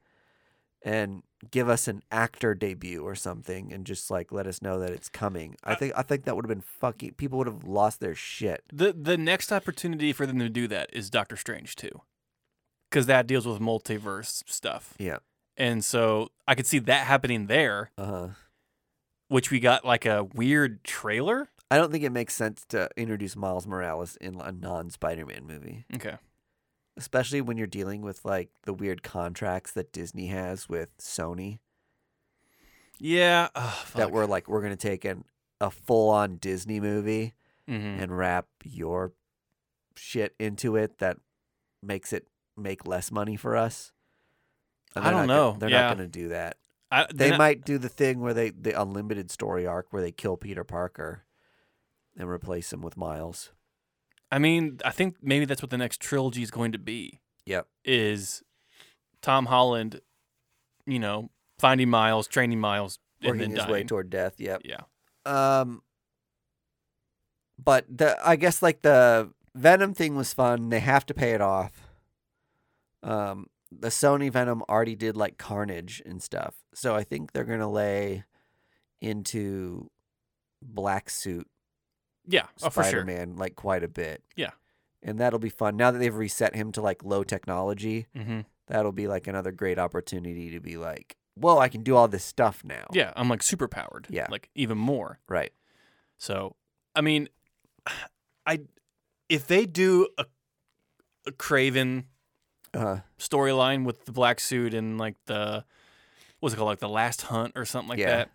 and give us an actor debut or something, and just like let us know that it's coming. I think I think that would have been fucking. People would have lost their shit.
The, the next opportunity for them to do that is Doctor Strange too, because that deals with multiverse stuff.
Yeah.
And so I could see that happening there,
Uh huh.
which we got like a weird trailer.
I don't think it makes sense to introduce Miles Morales in a non Spider-Man movie.
Okay.
especially when you're dealing with like the weird contracts that Disney has with Sony
Yeah. ugh,
that
fuck.
were like we're going to take an a full-on Disney movie
Mhm.
and wrap your shit into it that makes it make less money for us. And
I
they're
don't
not gonna-
know.
they're
Yeah.
not going to do that.
I,
They
then I-
might do the thing where they the unlimited story arc where they kill Peter Parker and replace him with Miles.
I mean, I think maybe that's what the next trilogy is going to be.
Yep.
Is Tom Holland, you know, finding Miles, training Miles, and
Working
then
his
dying.
way toward death. Yep.
yeah.
Um, but the I guess like the Venom thing was fun. They have to pay it off. Um, the Sony Venom already did like Carnage and stuff, so I think they're gonna lay into black suit
Yeah. Oh, for
Spider
sure.
Man like quite a bit.
Yeah.
and that'll be fun. Now that they've reset him to like low technology,
hmm
that'll be like another great opportunity to be like, whoa, I can do all this stuff now.
Yeah. I'm like super powered.
Yeah.
Like even more.
right.
So, I mean, <sighs> I if they do a, a Craven
Uh,
storyline with the black suit and like the what's it called, like the Last Hunt or something like
Yeah.
that,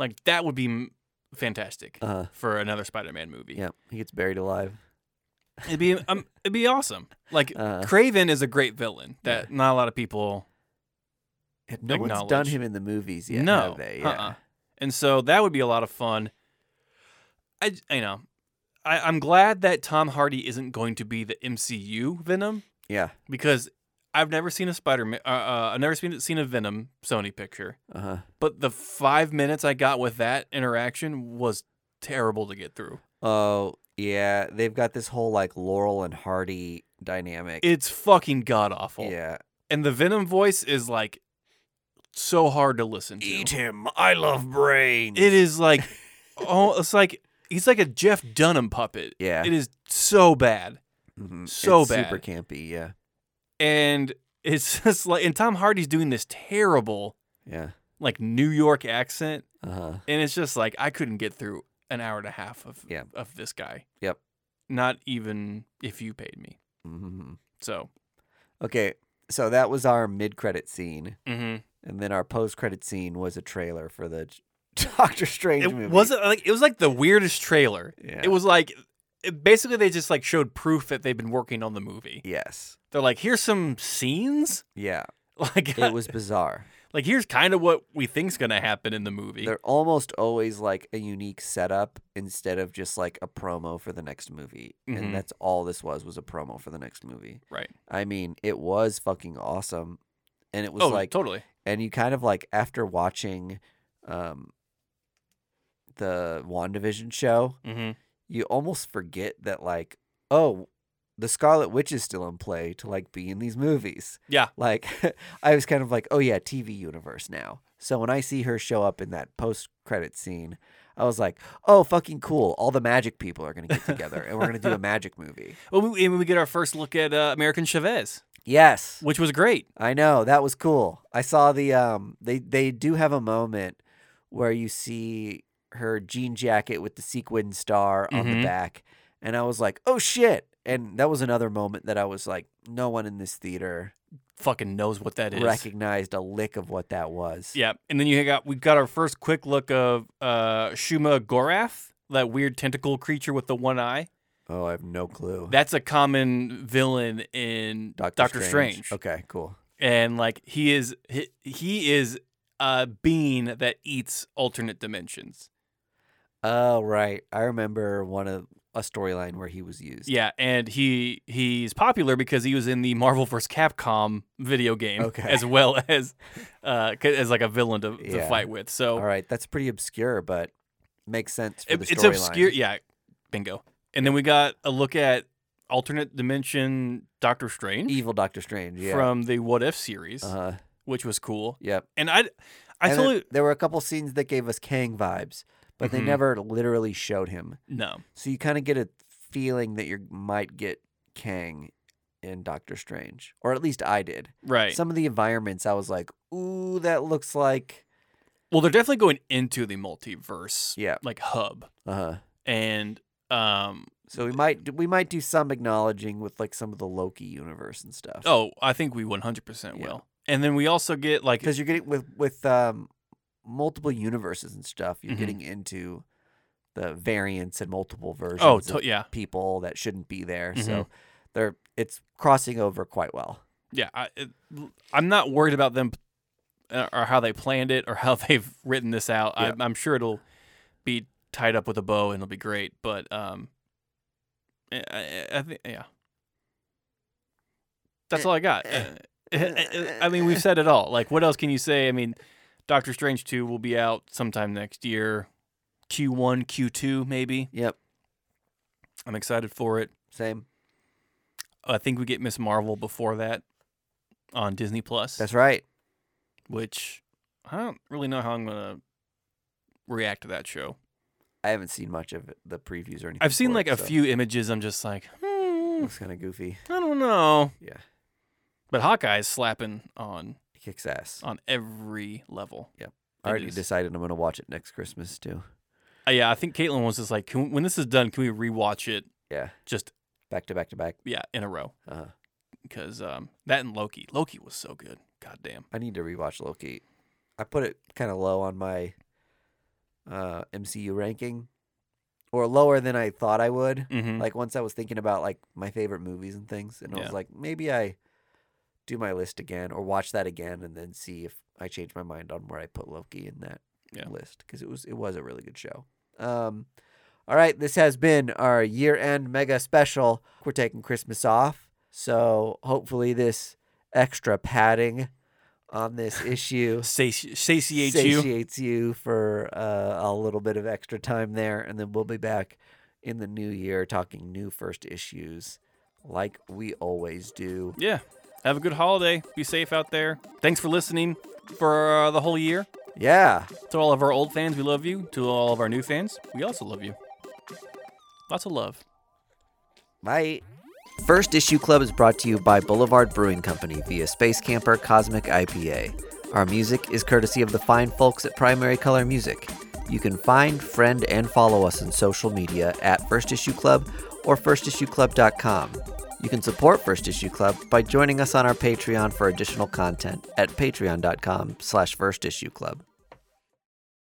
like that would be m- fantastic
uh,
for another Spider-Man movie.
yeah, he gets buried alive.
<laughs> It'd be um, it'd be awesome. Like
Uh,
Craven is a great villain that not a lot of people
And No one's done
acknowledge.
him in the movies yet,
know.
have they? Yeah.
Uh-uh. And so that would be a lot of fun. I j- you know, I, I'm glad that Tom Hardy isn't going to be the MCU Venom
Yeah. because
because I've never seen a Spider Man. Uh, uh, I've never seen seen a Venom Sony picture.
Uh-huh.
But the five minutes I got with that interaction was terrible to get through.
Oh, yeah. They've got this whole like Laurel and Hardy dynamic.
It's fucking god awful.
yeah.
And the Venom voice is like so hard to listen to.
him. I love brains.
It
<laughs>
is like, oh, it's like he's like a Jeff Dunham puppet.
Yeah.
It is so bad,
Mhm.
Mm-hmm. so
It's Super
bad.
campy. Yeah.
and it's <laughs> just like, and Tom Hardy's doing this terrible
Yeah.
like New York accent,
Uh-huh.
and it's just like I couldn't get through an hour and a half of
Yeah.
of this guy.
Yep.
Not even if you paid me.
hmm
So.
Okay. So that was our mid-credit scene,
Mm-hmm.
and then our post-credit scene was a trailer for the <laughs> Doctor Strange
It
movie.
wasn't like it was like the weirdest trailer.
Yeah.
It was like it, basically they just like showed proof that they've been working on the movie.
Yes.
They're like, here's some scenes. <laughs>
Yeah.
Like <laughs>
It was bizarre.
Like here's kind of what we think's gonna happen in the movie.
They're almost always like a unique setup instead of just like a promo for the next movie.
Mhm.
And that's all this was was a promo for the next movie.
right.
I mean, it was fucking awesome. And it was
Oh,
like
totally.
and you kind of like after watching um the WandaVision show,
Mm-hmm.
you almost forget that like, oh, the Scarlet Witch is still in play to like be in these movies.
Yeah.
<laughs> Like I was kind of like, oh yeah, TV universe now. So when I see her show up in that post credit scene, I was like, oh fucking cool. All the magic people are gonna get together and we're gonna do a magic movie.
Well, we, and we get our first look at uh, American Chavez,
Yes.
which was great.
I know that was cool. I saw the um they they do have a moment where you see her jean jacket with the sequin star on
Mhm.
the back, and I was like, oh shit! And that was another moment that I was like, no one in this theater
Fucking knows what that is.
recognized a lick of what that was.
Yeah, and then you got we got our first quick look of uh, Shuma Gorath, that weird tentacle creature with the one eye.
Oh, I have no clue.
That's a common villain in Doctor, Strange.
Okay, cool.
and like he is he, he is a being that eats alternate dimensions.
Oh right, I remember one of a storyline where he was used.
Yeah, and he he's popular because he was in the Marvel vs. Capcom video game
Okay.
as well <laughs> as uh, c- as like a villain to, to
Yeah.
fight with. So
All right, that's pretty obscure, but makes sense for
It-
the
it's
storyline.
obscure. Yeah, bingo. And then we got a look at alternate dimension Doctor Strange
Evil Doctor Strange. Yeah.
from the What If series,
uh-huh.
which was cool.
Yep.
And I, I
And then
totally
there were a couple scenes that gave us Kang vibes, but
Mhm.
they never literally showed him.
no.
So you kind of get a feeling that you might get Kang in Doctor Strange, or at least I did.
Right.
Some of the environments, I was like, "Ooh, that looks like
well, they're definitely going into the multiverse,
yeah."
like hub,
Uh huh.
Uh-huh. and um.
So we might we might do some acknowledging with like some of the Loki universe and stuff.
Oh, I think we 100% will.
Yeah.
And then we also get like
because you're getting with with um, multiple universes and stuff. You're
Mhm.
getting into the variants and multiple versions.
oh,
of
to- yeah,
people that shouldn't be there. So
Mm-hmm.
they're it's crossing over quite well.
yeah. I, it, I'm not worried about them uh, or how they planned it or <laughs> how they've written this out.
Yeah.
I, I'm sure it'll be tied up with a bow and it'll be great. But um, eh, I, I, I think yeah, that's all I got. Uh, eh, I mean, we've said it all. Like, what else can you say? I mean, Doctor Strange two will be out sometime next year, Q one, Q two, maybe.
Yep,
I'm excited for it.
same.
I think we get Miss Marvel before that on Disney Plus,
That's right.
which I don't really know how I'm gonna react to that show.
I haven't seen much of it- the previews or anything.
I've seen
for
like
it,
a
so
few images. I'm just like, hmm,
Looks kind of goofy.
I don't know.
Yeah,
But Hawkeye's slapping on
it kicks ass.
on every level.
I
it
already
is.
decided I'm gonna watch it next Christmas too.
Uh, yeah, I think Caitlin was just like, can, when this is done, can we rewatch it?
Yeah,
Just
back to back to back.
yeah, in a row
Uh,
because um, that and Loki. Loki was so good. God damn.
I need to rewatch Loki. I put it kind of low on my uh, MCU ranking, or lower than I thought I would.
Mm-hmm.
Like once I was thinking about like my favorite movies and things, and I
Yeah.
was like, maybe I do my list again or watch that again and then see if I change my mind on where I put Loki in that
Yeah.
list because it was it was a really good show. Um, all right, this has been our year end mega special. We're taking Christmas off, so hopefully this extra padding on this issue
Sati- satiate you.
satiates you for uh, a little bit of extra time there, and then we'll be back in the new year talking new first issues, like we always do.
Yeah. Have a good holiday. Be safe out there. Thanks for listening for uh, the whole year.
Yeah,
To all of our old fans, we love you. To all of our new fans, we also love you. Lots of love.
bye. First Issue Club is brought to you by Boulevard Brewing Company via Space Camper Cosmic IPA. Our music is courtesy of the fine folks at Primary Color Music. You can find, friend, and follow us on social media at First Issue Club or firstissueclub.com. You can support First Issue Club by joining us on our Patreon for additional content at patreon.com slash First Issue Club.